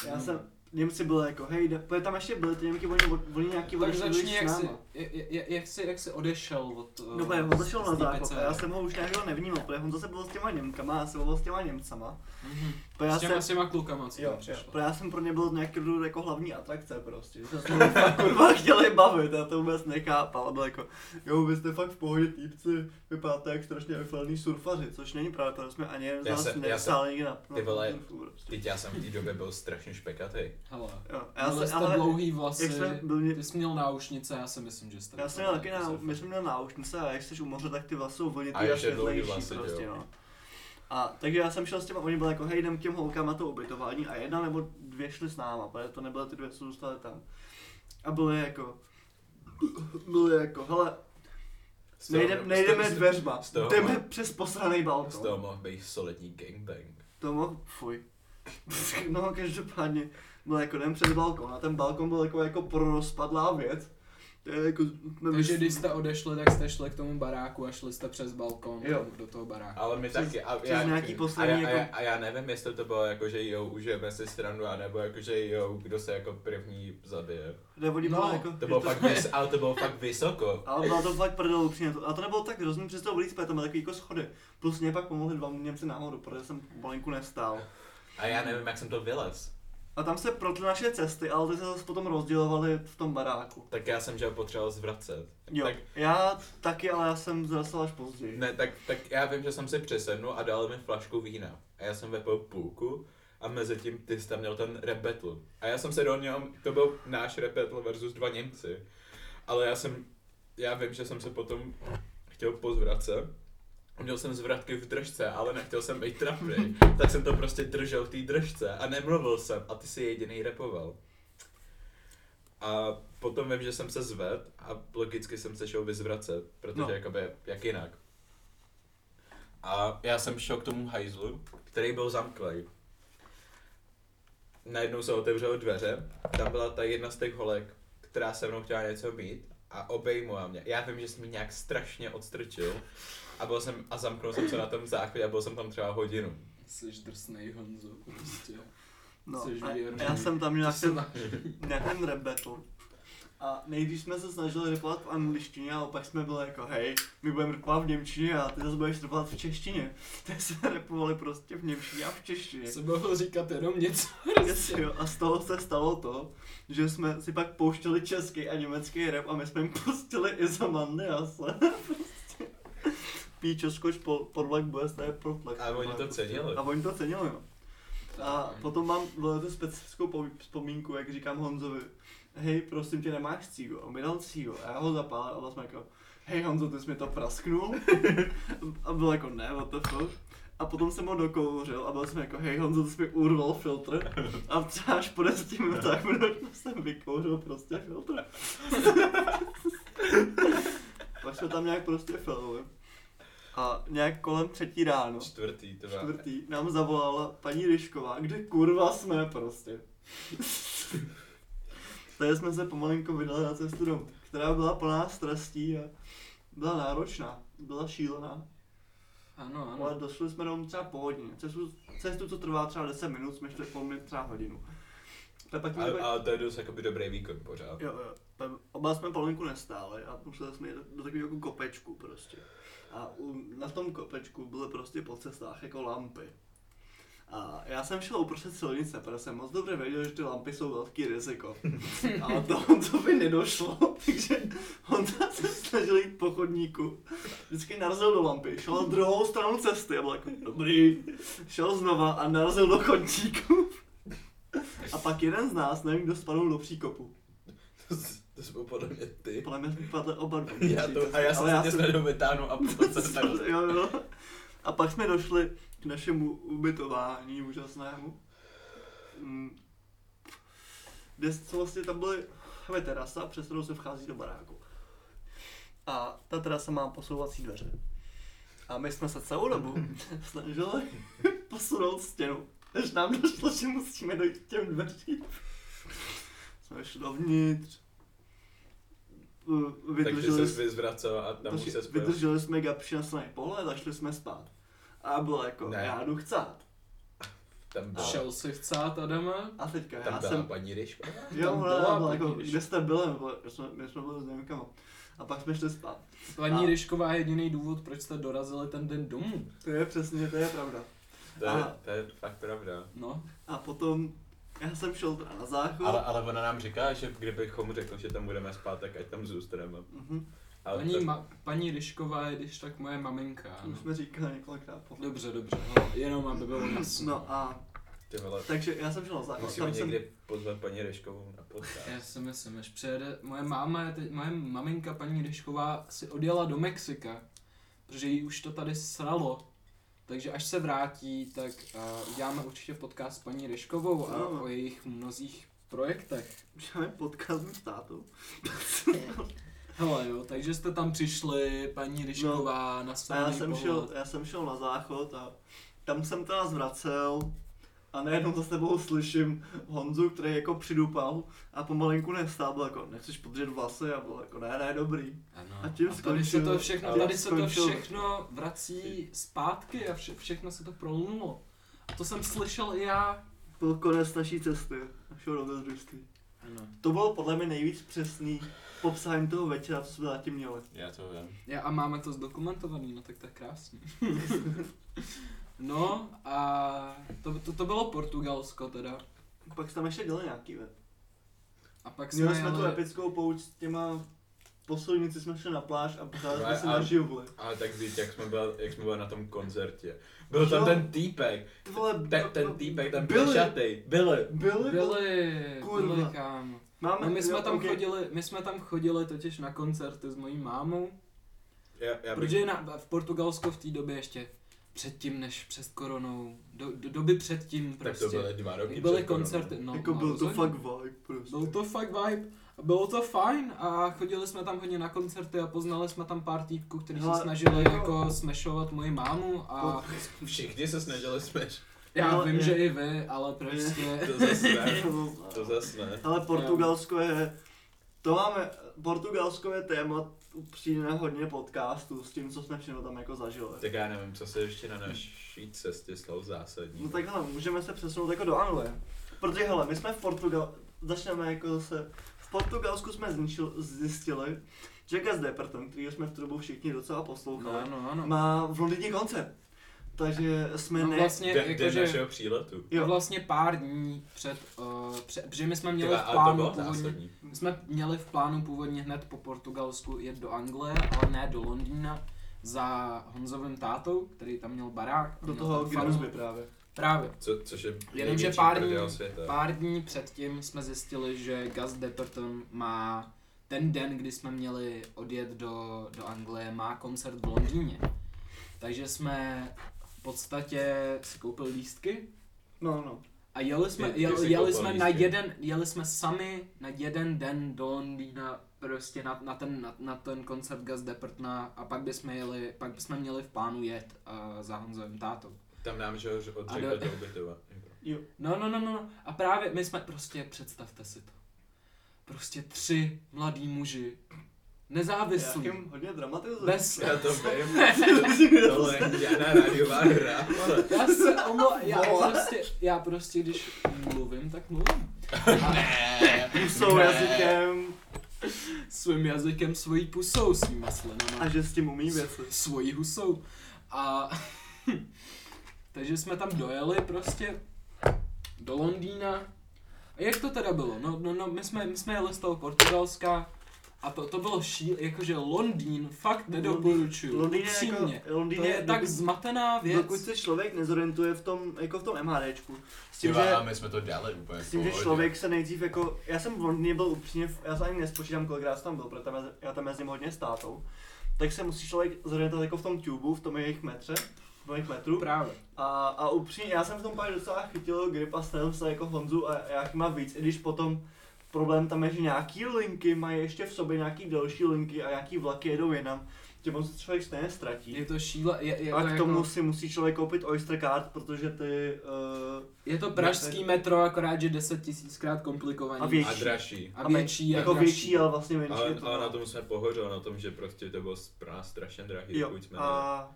Speaker 3: Já
Speaker 1: Hmm.
Speaker 3: jsem, Němci byli jako, hej, jde, protože tam ještě byli ty Němci, oni, oni nějaký
Speaker 1: Tak
Speaker 3: odešli
Speaker 1: začni,
Speaker 3: s
Speaker 1: jak jsi,
Speaker 3: náma.
Speaker 1: jak, jak, jak, jsi, jak jsi odešel od... eh,
Speaker 3: No, on zašel
Speaker 1: z
Speaker 3: na
Speaker 1: té
Speaker 3: záchod
Speaker 1: pece.
Speaker 3: a já jsem ho už nějakého nevnímal, protože on zase byl s těma Němkama a já jsem byl s těma Němcama.
Speaker 1: Mhm.
Speaker 3: Protože já
Speaker 1: S těma,
Speaker 3: jsem,
Speaker 1: s těma klukama, co
Speaker 3: jo,
Speaker 1: tam
Speaker 3: jo,
Speaker 1: přišlo.
Speaker 3: protože já jsem pro ně byl nějaký druh jako hlavní atrakce prostě, že se mnou fakt kurva (laughs) chtěli bavit, já to vůbec nechápal, a byl jako, jo, vy jste fakt v pohodě týpci, vypadáte jak strašně vyflený surfaři, což není pravda, protože jsme ani jeden z
Speaker 2: Já
Speaker 3: nás
Speaker 2: jsem- já jsem-
Speaker 3: nepsal nikdy na, na
Speaker 2: ty vole,
Speaker 3: surfu prostě.
Speaker 2: Teď já jsem v té době byl strašně špekatý.
Speaker 1: Hele,
Speaker 3: Jo,
Speaker 1: já
Speaker 3: já
Speaker 1: jste
Speaker 3: jsem, ale,
Speaker 1: dlouhý vlasy,
Speaker 3: jak jsme byli,
Speaker 1: ty jsi měl náušnice, já si myslím, že jste...
Speaker 3: já jsem měl taky na, my jsme měli náušnice a jak jsi u moře, tak ty vlasy jsou
Speaker 2: A
Speaker 3: vlnitý a,
Speaker 2: ještě
Speaker 3: a
Speaker 2: dlouhý
Speaker 3: světlejší
Speaker 2: vlasy,
Speaker 3: prostě,
Speaker 2: jo.
Speaker 3: no. A takže já jsem šel s těma, oni byli jako hej, jdem k těm holkám na to ubytování a jedna nebo dvě šly s náma, protože to nebyly ty dvě, co zůstaly tam. A byly jako, byly jako, hele,
Speaker 2: Z toho-
Speaker 3: nejdem, nejdeme
Speaker 2: z- z-
Speaker 3: dveřma,
Speaker 2: z toho-
Speaker 3: jdeme no. přes posraný
Speaker 2: Z
Speaker 3: balkon.
Speaker 2: toho mohl být solidní gangbang.
Speaker 3: Tomu, fuj. (laughs) No, každopádně byl jako den přes balkon a ten balkon byl jako, jako prorozpadlá věc. To je jako,
Speaker 1: Takže když jste odešli, tak jste šli k tomu baráku a šli jste přes balkon
Speaker 3: Jo.
Speaker 1: do toho baráku.
Speaker 2: Ale my
Speaker 3: Přes-
Speaker 2: taky. A,
Speaker 3: přes
Speaker 2: já,
Speaker 3: nějaký
Speaker 2: a, já,
Speaker 3: poslední
Speaker 2: a, já,
Speaker 3: jako-
Speaker 2: a já nevím, jestli to bylo jako, že jo, užijeme si stranu, anebo jako, že jo, kdo se jako první zabije.
Speaker 3: nebo oni
Speaker 1: No,
Speaker 3: bylo jako...
Speaker 2: To bylo
Speaker 3: že
Speaker 2: fakt, vys, ale to bylo fakt vysoko.
Speaker 3: Ale bylo to fakt prdel upřímně. to- A to nebylo tak hrozný přes to vlít, tam byly takový jako schody. Plus mě pak pomohli dva Němci nahoru, protože jsem malinko nestál.
Speaker 2: A já nevím, jak jsem to vylez.
Speaker 3: A tam se protly naše cesty, ale ty se zase potom rozdělovaly v tom baráku.
Speaker 2: Tak já jsem, že ho potřeboval zvracet.
Speaker 3: Jo,
Speaker 2: Tak,
Speaker 3: já taky, ale já jsem zrasl až později.
Speaker 2: ne, tak, tak já vím, že jsem si přesednul a dal mi flašku vína. A já jsem vepil půlku a mezi tím ty jsi tam měl ten repetl. A já jsem se do něho, to byl náš repetl versus dva Němci. Ale já jsem, já vím, že jsem se potom chtěl pozvracet. Měl jsem zvratky v držce, ale nechtěl jsem být trapný, tak jsem to prostě držel v té držce a nemluvil jsem a ty si jediný repoval. A potom vím, že jsem se zved a logicky jsem se šel vyzvracet, protože
Speaker 3: No.
Speaker 2: no. jakoby, jak jinak. A já jsem šel k tomu hajzlu, který byl zamklý. Najednou se otevřelo dveře, tam byla ta jedna z těch holek, která se mnou chtěla něco mít a obejmula mě. Já vím, že jsem ji nějak strašně odstrčil a byl jsem, a zamknul jsem se na tom záchodě a byl jsem tam třeba hodinu.
Speaker 1: Jsi drsnej Honzo, prostě.
Speaker 3: No,
Speaker 1: Jsi
Speaker 3: a
Speaker 1: věrný.
Speaker 3: já jsem tam měl
Speaker 1: Ty jsi
Speaker 3: nějaký
Speaker 1: na-
Speaker 3: na ten rap battle. A nejdřív jsme se snažili repovat v angličtině, ale pak jsme byli jako, hej, my budeme repovat v němčině a ty zase budeš repovat v češtině. (laughs) Tak jsme repovali prostě v němčině a v češtině.
Speaker 1: Se mohl říkat jenom něco.
Speaker 3: Yes, jo, a z toho se stalo to, že jsme si pak pouštěli český a německý rap a my jsme jim pustili i za Mandiase. (laughs) prostě. Píčo, skoč po, podlak, bude stát podlak.
Speaker 2: A oni to cenili.
Speaker 3: A oni to cenili, jo. A potom mám velice specifickou po- vzpomínku, jak říkám Honzovi, hej, prosím tě, nemáš cígo? On mi dal cígo a já ho zapálil a vlastně jako, hej Honzo, ty jsi mi to prasknul? (laughs) a byl jako, ne, what the fuck? A potom jsem ho dokouřil a byl jsem jako, hej Honzo, ty jsi mi urval filtr. A třeba až po deseti minutách minut jsem vykouřil prostě filtr. (laughs) Pak jsme tam nějak prostě filmovali. A nějak kolem třetí ráno
Speaker 2: Čtvrtý, to byla.
Speaker 3: No. čtvrtý nám zavolala paní Ryšková, kde kurva jsme prostě. (laughs) Tady jsme se pomalinko vydali na cestu domů, která byla plná strastí a byla náročná, byla šílená,
Speaker 1: No, Ano,
Speaker 3: ale
Speaker 1: ano.
Speaker 3: došli jsme domů třeba po hodině. Cestu, cestu co trvá třeba 10 minut, jsme šli po mně třeba hodinu. Tak pak jako jsme-
Speaker 2: A, a to je dost jakoby dobrý výkon pořád.
Speaker 3: Jo, jo. Tam Oba jsme polinku nestáli a museli jsme jít do takového jako kopečku prostě. A u, na tom kopečku byly prostě po cestách jako lampy. A já jsem šel uprostřed silnice, protože jsem moc dobře věděl, že ty lampy jsou velký riziko. Ale to Honzovi nedošlo, (laughs) takže Honza se snažil jít po chodníku. Vždycky narazil do lampy, šel na druhou stranu cesty a byl jako dobrý. Šel znova a narazil do chodníku. A pak jeden z nás, nevím kdo, spadl do příkopu.
Speaker 2: To, jsi- to jsi byl podle mě ty.
Speaker 3: Podle mě jsme padli oba dva.
Speaker 2: (laughs) Já to, a já jsem (laughs)
Speaker 3: Ale (laughs)
Speaker 2: se tě snažil vytáhnout a potom jsem tak...
Speaker 3: jo, jo. A pak jsme došli k našemu ubytování úžasnému. Mm. Kde jsme vlastně tam byly ve terasa, přes kterou se vchází do baráku. A ta terasa má posouvací dveře. A my jsme se celou
Speaker 5: (laughs)
Speaker 3: dobu snažili (laughs) posunout stěnu, než nám došlo, že musíme dojít k těm dveřím. Jsme šli dovnitř. Eh,
Speaker 5: Takže
Speaker 3: vydrželi
Speaker 5: se vyzvracel a tam už
Speaker 3: takže
Speaker 5: se spojil.
Speaker 3: vydrželi jsme gap přinaslený pohled a šli jsme spát. A bylo jako,
Speaker 5: Ne.
Speaker 3: ne. já jdu chcát.
Speaker 5: Tam
Speaker 1: A
Speaker 5: byla,
Speaker 1: šel si chcát Adama.
Speaker 3: A teďka
Speaker 5: tam
Speaker 3: já
Speaker 5: byla
Speaker 3: jsem...
Speaker 5: paní Ryška.
Speaker 3: Jo,
Speaker 1: tam
Speaker 3: ona
Speaker 1: byla,
Speaker 3: byla
Speaker 1: tak
Speaker 3: jako,
Speaker 1: když-
Speaker 3: kde jste byli, my byli- my jsme, my jsme byli s Němkama. A pak jsme šli spát.
Speaker 1: Paní
Speaker 3: A-
Speaker 1: Ryšková je jediný důvod, proč jste dorazili ten den domů.
Speaker 3: To je přesně, to je pravda.
Speaker 5: To je,
Speaker 3: Aha.
Speaker 5: to je fakt pravda.
Speaker 1: No,
Speaker 3: A potom já jsem šel teda na záchod.
Speaker 2: Ale,
Speaker 3: Ale...
Speaker 2: ale ona nám říká, že
Speaker 5: Kdybychom mu řekl, že tam budeme spát, tak ať tam zůstaneme. Ale
Speaker 1: paní,
Speaker 5: to,
Speaker 1: ma- paní Ryšková je když tak moje maminka.
Speaker 3: Už
Speaker 1: No.
Speaker 3: jsme říkali několikrát pohled.
Speaker 1: Dobře, dobře, hele, jenom aby bylo jasno.
Speaker 3: No a
Speaker 5: ty vole,
Speaker 3: takže já jsem šel na záchod,
Speaker 5: musíme
Speaker 3: tam jsem,
Speaker 5: někdy pozvat paní Ryškovou na podcast.
Speaker 1: Já si myslím, až přijede, moje máma, je teď, moje maminka paní Dešková si odjela do Mexika, protože jí už to tady sralo. Takže až se vrátí, tak uh, uděláme určitě podcast s paní Deškovou a
Speaker 3: Ano.
Speaker 1: o jejich mnozích projektech.
Speaker 3: máme podcast s mým tátou.
Speaker 1: Hele jo, takže jste tam přišli, paní Dešková no, na
Speaker 3: A já
Speaker 1: silný
Speaker 3: jsem,
Speaker 1: pohled.
Speaker 3: šel, já jsem šel na záchod a tam jsem teda zvracel a najednou za sebou slyším Honzu, který jako přidupal a pomalinku nestál, byl jako nechceš podřet vlasy a byl jako ne, ne, dobrý.
Speaker 1: Ano.
Speaker 3: A tím
Speaker 1: a tady se to
Speaker 3: skončil-
Speaker 1: všechno,
Speaker 3: tím
Speaker 1: tady se to
Speaker 3: skončil-
Speaker 1: všechno vrací zpátky a vše, všechno se to prolnulo. A to jsem slyšel i já.
Speaker 3: Byl konec naší cesty, našeho dobrodružství.
Speaker 1: Ano.
Speaker 3: To bylo podle mě nejvíc přesný popsání toho večera, co jsme zatím měli.
Speaker 2: Já to vím.
Speaker 1: Ja, a máme to zdokumentovaný, no tak to je krásný. no a to, to, to bylo Portugalsko teda.
Speaker 3: Pak jsme tam ještě dělali nějaký web.
Speaker 1: A pak jsme,
Speaker 3: Měli jsme tu
Speaker 1: jeli-
Speaker 3: epickou pouč s těma posilníci jsme šli na pláž a pořád jsme
Speaker 5: Ale-
Speaker 3: si
Speaker 5: ale-
Speaker 3: naživli.
Speaker 5: Ale tak víte, jak jsme byli, jak jsme byli na tom koncertě. Byl tam
Speaker 3: Jo.
Speaker 5: ten týpek,
Speaker 3: Ty vole,
Speaker 5: ten, ten týpek, ten
Speaker 3: Byli.
Speaker 5: byl šatej, byli.
Speaker 3: Byli,
Speaker 1: Byli,
Speaker 3: Kurva.
Speaker 1: byli kámo.
Speaker 3: Máme,
Speaker 1: No my jsme
Speaker 3: jo,
Speaker 1: tam
Speaker 3: ok.
Speaker 1: chodili, my jsme tam chodili totiž na koncerty s mojí mámou,
Speaker 5: Já, já bych,
Speaker 1: protože na, v Portugalsku v té době ještě předtím než před koronou, do, do doby předtím
Speaker 5: tak
Speaker 1: prostě.
Speaker 5: to byly dva roky
Speaker 1: byly
Speaker 5: před koronou.
Speaker 1: koncerty, no.
Speaker 3: Jako
Speaker 1: no,
Speaker 3: byl to
Speaker 1: rozhodně.
Speaker 3: fakt vibe prostě.
Speaker 1: Byl to fakt vibe. a Bylo to fajn a chodili jsme tam hodně na koncerty a poznali jsme tam pár týpků, kteří se
Speaker 3: Hele,
Speaker 1: snažili
Speaker 3: jako-
Speaker 1: jako smashovat moji mámu (laughs) a
Speaker 5: Všichni se snažili smash.
Speaker 1: já
Speaker 3: Hele,
Speaker 1: vím,
Speaker 3: je-
Speaker 1: že i vy, ale prostě...
Speaker 5: To zase ne.
Speaker 3: To-
Speaker 5: To zase ne.
Speaker 3: Ale Portugalsko je, to máme, Portugalsko je téma přijde hodně podcastů s tím, co jsme všechno tam jako zažili.
Speaker 5: Tak já nevím, co se ještě na naší cestě stalo zásadní.
Speaker 3: No tak hele, můžeme se přesunout jako do Anglie. Protože hele, my jsme v Portugal, začneme jako zase, v Portugalsku jsme zničil, zjistili, že Gaz Deperton, který jsme v tu dobu všichni docela
Speaker 1: No,
Speaker 3: poslouchali,
Speaker 1: ano, ano.
Speaker 3: má v Londýně koncert. Takže jsme
Speaker 1: No
Speaker 3: ne...
Speaker 1: vlastně,
Speaker 5: Den, den
Speaker 1: jakože...
Speaker 5: našeho příletu.
Speaker 1: Jo. Vlastně pár dní před, uh, před, protože my jsme měli
Speaker 5: Tyva,
Speaker 1: v
Speaker 5: ale to
Speaker 1: plánu
Speaker 5: bylo
Speaker 1: původně,
Speaker 5: zásadní.
Speaker 1: my jsme měli v plánu původně hned po Portugalsku jet do Anglie, ale ne do Londýna za Honzovým tátou, který tam měl barák. a
Speaker 3: Do
Speaker 1: měl
Speaker 3: toho
Speaker 1: tam farmu.
Speaker 3: Grimsby právě.
Speaker 1: Právě.
Speaker 5: Co, což je
Speaker 1: Jenomže
Speaker 5: největší
Speaker 1: pár
Speaker 5: prdel
Speaker 1: dní-
Speaker 5: světa.
Speaker 1: Pár dní předtím jsme zjistili, že Gus Depperton má ten den, kdy jsme měli odjet do, do Anglie, má koncert v Londýně. Takže jsme v podstatě si koupili lístky
Speaker 3: No, no.
Speaker 1: a jeli jsme,
Speaker 5: Ty- ty
Speaker 1: jel,
Speaker 5: jsi
Speaker 1: jeli
Speaker 5: koupil
Speaker 1: jsme na
Speaker 5: lístky?
Speaker 1: jeden, jeli jsme sami na jeden den do Londýna prostě na, na, ten, na, na ten koncert Gus Deppertona a pak bychom jeli, pak bychom měli v plánu jet uh, za Honzovým tátou.
Speaker 5: Tam nám, že ho
Speaker 1: A
Speaker 5: odřekl
Speaker 1: do-
Speaker 5: do ubytova.
Speaker 1: (laughs) No, no, no, no. A právě my jsme, prostě představte si to. Prostě tři mladí muži,
Speaker 3: Já
Speaker 1: nezávislí,
Speaker 3: tím hodně dramatizuji. (laughs)
Speaker 1: bez...
Speaker 5: Já to vím. Tohle je žádná rádiová hra. ale-
Speaker 1: Já se omlo... já prostě, já prostě, když mluvím, tak
Speaker 3: (laughs)
Speaker 1: mluvím.
Speaker 3: pusou jazykem
Speaker 1: Svým jazykem, svojí pusou, svýma slinama.
Speaker 3: a že s tím umí věci.
Speaker 1: svojí husou. A (laughs) takže jsme tam dojeli prostě do Londýna. A jak to teda bylo? No, no, no my, jsme, my jsme jeli z toho Portugalska a to, to bylo šíl, jakože Londýn fakt nedoporučuju.
Speaker 3: Londýn
Speaker 1: Londýn,
Speaker 3: je
Speaker 1: upřímně.
Speaker 3: jako, Londýn
Speaker 1: to je tak
Speaker 3: dokud,
Speaker 1: zmatená věc.
Speaker 3: dokud se člověk nezorientuje v tom, jako v tom MHDčku. S tím,
Speaker 2: Tyva,
Speaker 3: že,
Speaker 2: a my jsme to dali úplně v
Speaker 3: s tím, že
Speaker 2: pohodě.
Speaker 3: člověk se nejdřív jako, já jsem v Londýně byl upřímně, v- já se ani nespočítám, kolikrát jsem tam byl, protože tam je- já tam jezdím hodně s tátou. Tak se musí člověk zorientovat jako v tom tubu, v tom jejich metře. dvojích metrů.
Speaker 1: Právě.
Speaker 3: A, a upřímně, já jsem v tom pak docela chytil grip a stavil se jako Honzu a jak má víc, i když potom problém tam je, že nějaký linky mají ještě v sobě nějaký další linky a nějaký vlaky jedou jinam, tím on se člověk stejně ztratí.
Speaker 1: Je to šíle, je, je
Speaker 3: A
Speaker 1: to jako-
Speaker 3: k tomu si musí člověk koupit Oyster Card, protože ty... Uh,
Speaker 1: je to pražský metro, akorát, že 10 tisíckrát komplikovaný.
Speaker 3: A větší.
Speaker 5: A dražší.
Speaker 1: A větší. A
Speaker 3: jako
Speaker 1: dražší.
Speaker 3: větší, ale vlastně menší. je
Speaker 5: Ale,
Speaker 3: to,
Speaker 5: ale na
Speaker 3: no.
Speaker 5: tom jsme pohořili, na tom, že prostě to bylo pro nás strašně drahý,
Speaker 3: Jo,
Speaker 5: dokud jsme a...
Speaker 3: a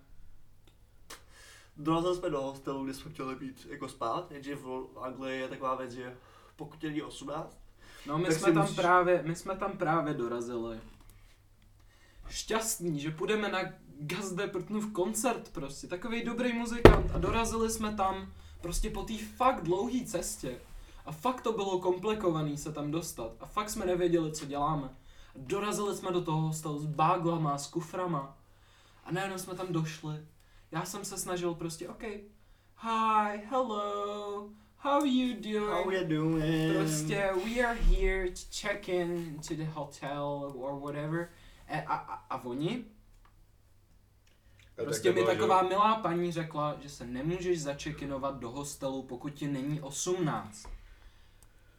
Speaker 3: dorazili jsme do hostelu, kde jsme chtěli být jako spát, jenže v Anglii je taková věc, že pokud je lidí 18,
Speaker 1: No my
Speaker 3: Tak
Speaker 1: jsme,
Speaker 3: si
Speaker 1: tam
Speaker 3: musíš-
Speaker 1: právě, my jsme tam právě dorazili. Šťastný, že půjdeme na Gazde Prtnův koncert prostě, takový dobrý muzikant a dorazili jsme tam prostě po té fakt dlouhé cestě. A fakt to bylo komplikovaný se tam dostat a fakt jsme nevěděli, co děláme. Dorazili jsme do toho hostelu s báglama, s kuframa a najednou jsme tam došli. Já jsem se snažil prostě, OK, hi, hello, how you doing?
Speaker 3: how you doing?
Speaker 1: No, Prostě, we are here to check in to the hotel or whatever. A, a, a, a oni?
Speaker 5: A
Speaker 1: Prostě
Speaker 5: tak to
Speaker 1: mi
Speaker 5: bylo, že-
Speaker 1: taková milá paní řekla, že se nemůžeš začekinovat do hostelu, pokud ti není 18.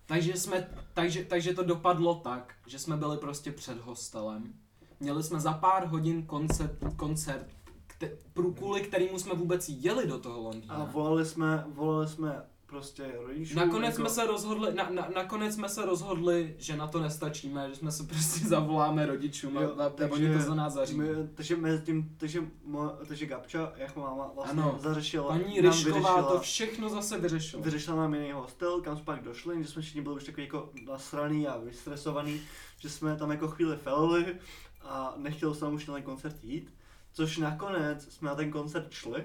Speaker 1: Takže, jsme, takže, takže to dopadlo tak, že jsme byli prostě před hostelem. Měli jsme za pár hodin koncert, koncert kte, prů, kvůli kterému jsme vůbec jeli do toho Londýna.
Speaker 3: A volali jsme, volali jsme prostě rodičům.
Speaker 1: Nakonec jsme se rozhodli, na, na, nakonec jsme se rozhodli, že na to nestačíme, že jsme se prostě (laughs) zavoláme rodičům a,
Speaker 3: Jo,
Speaker 1: a, a
Speaker 3: takže
Speaker 1: oni to za nás zařídí.
Speaker 3: my, takže mezi tím, takže, mo, takže Gabča, jako máma, vlastně
Speaker 1: Ano.
Speaker 3: ano. zařešila,
Speaker 1: Paní
Speaker 3: nám
Speaker 1: Ryšková
Speaker 3: vyřešila-
Speaker 1: to všechno zase vyřešila.
Speaker 3: Vyřešila nám jiný hostel, kam jsme pak došli, že jsme všichni byli už takový jako nasraný a vystresovaný, že jsme tam jako chvíli felili a nechtěl jsem už na ten koncert jít, což nakonec jsme na ten koncert šli,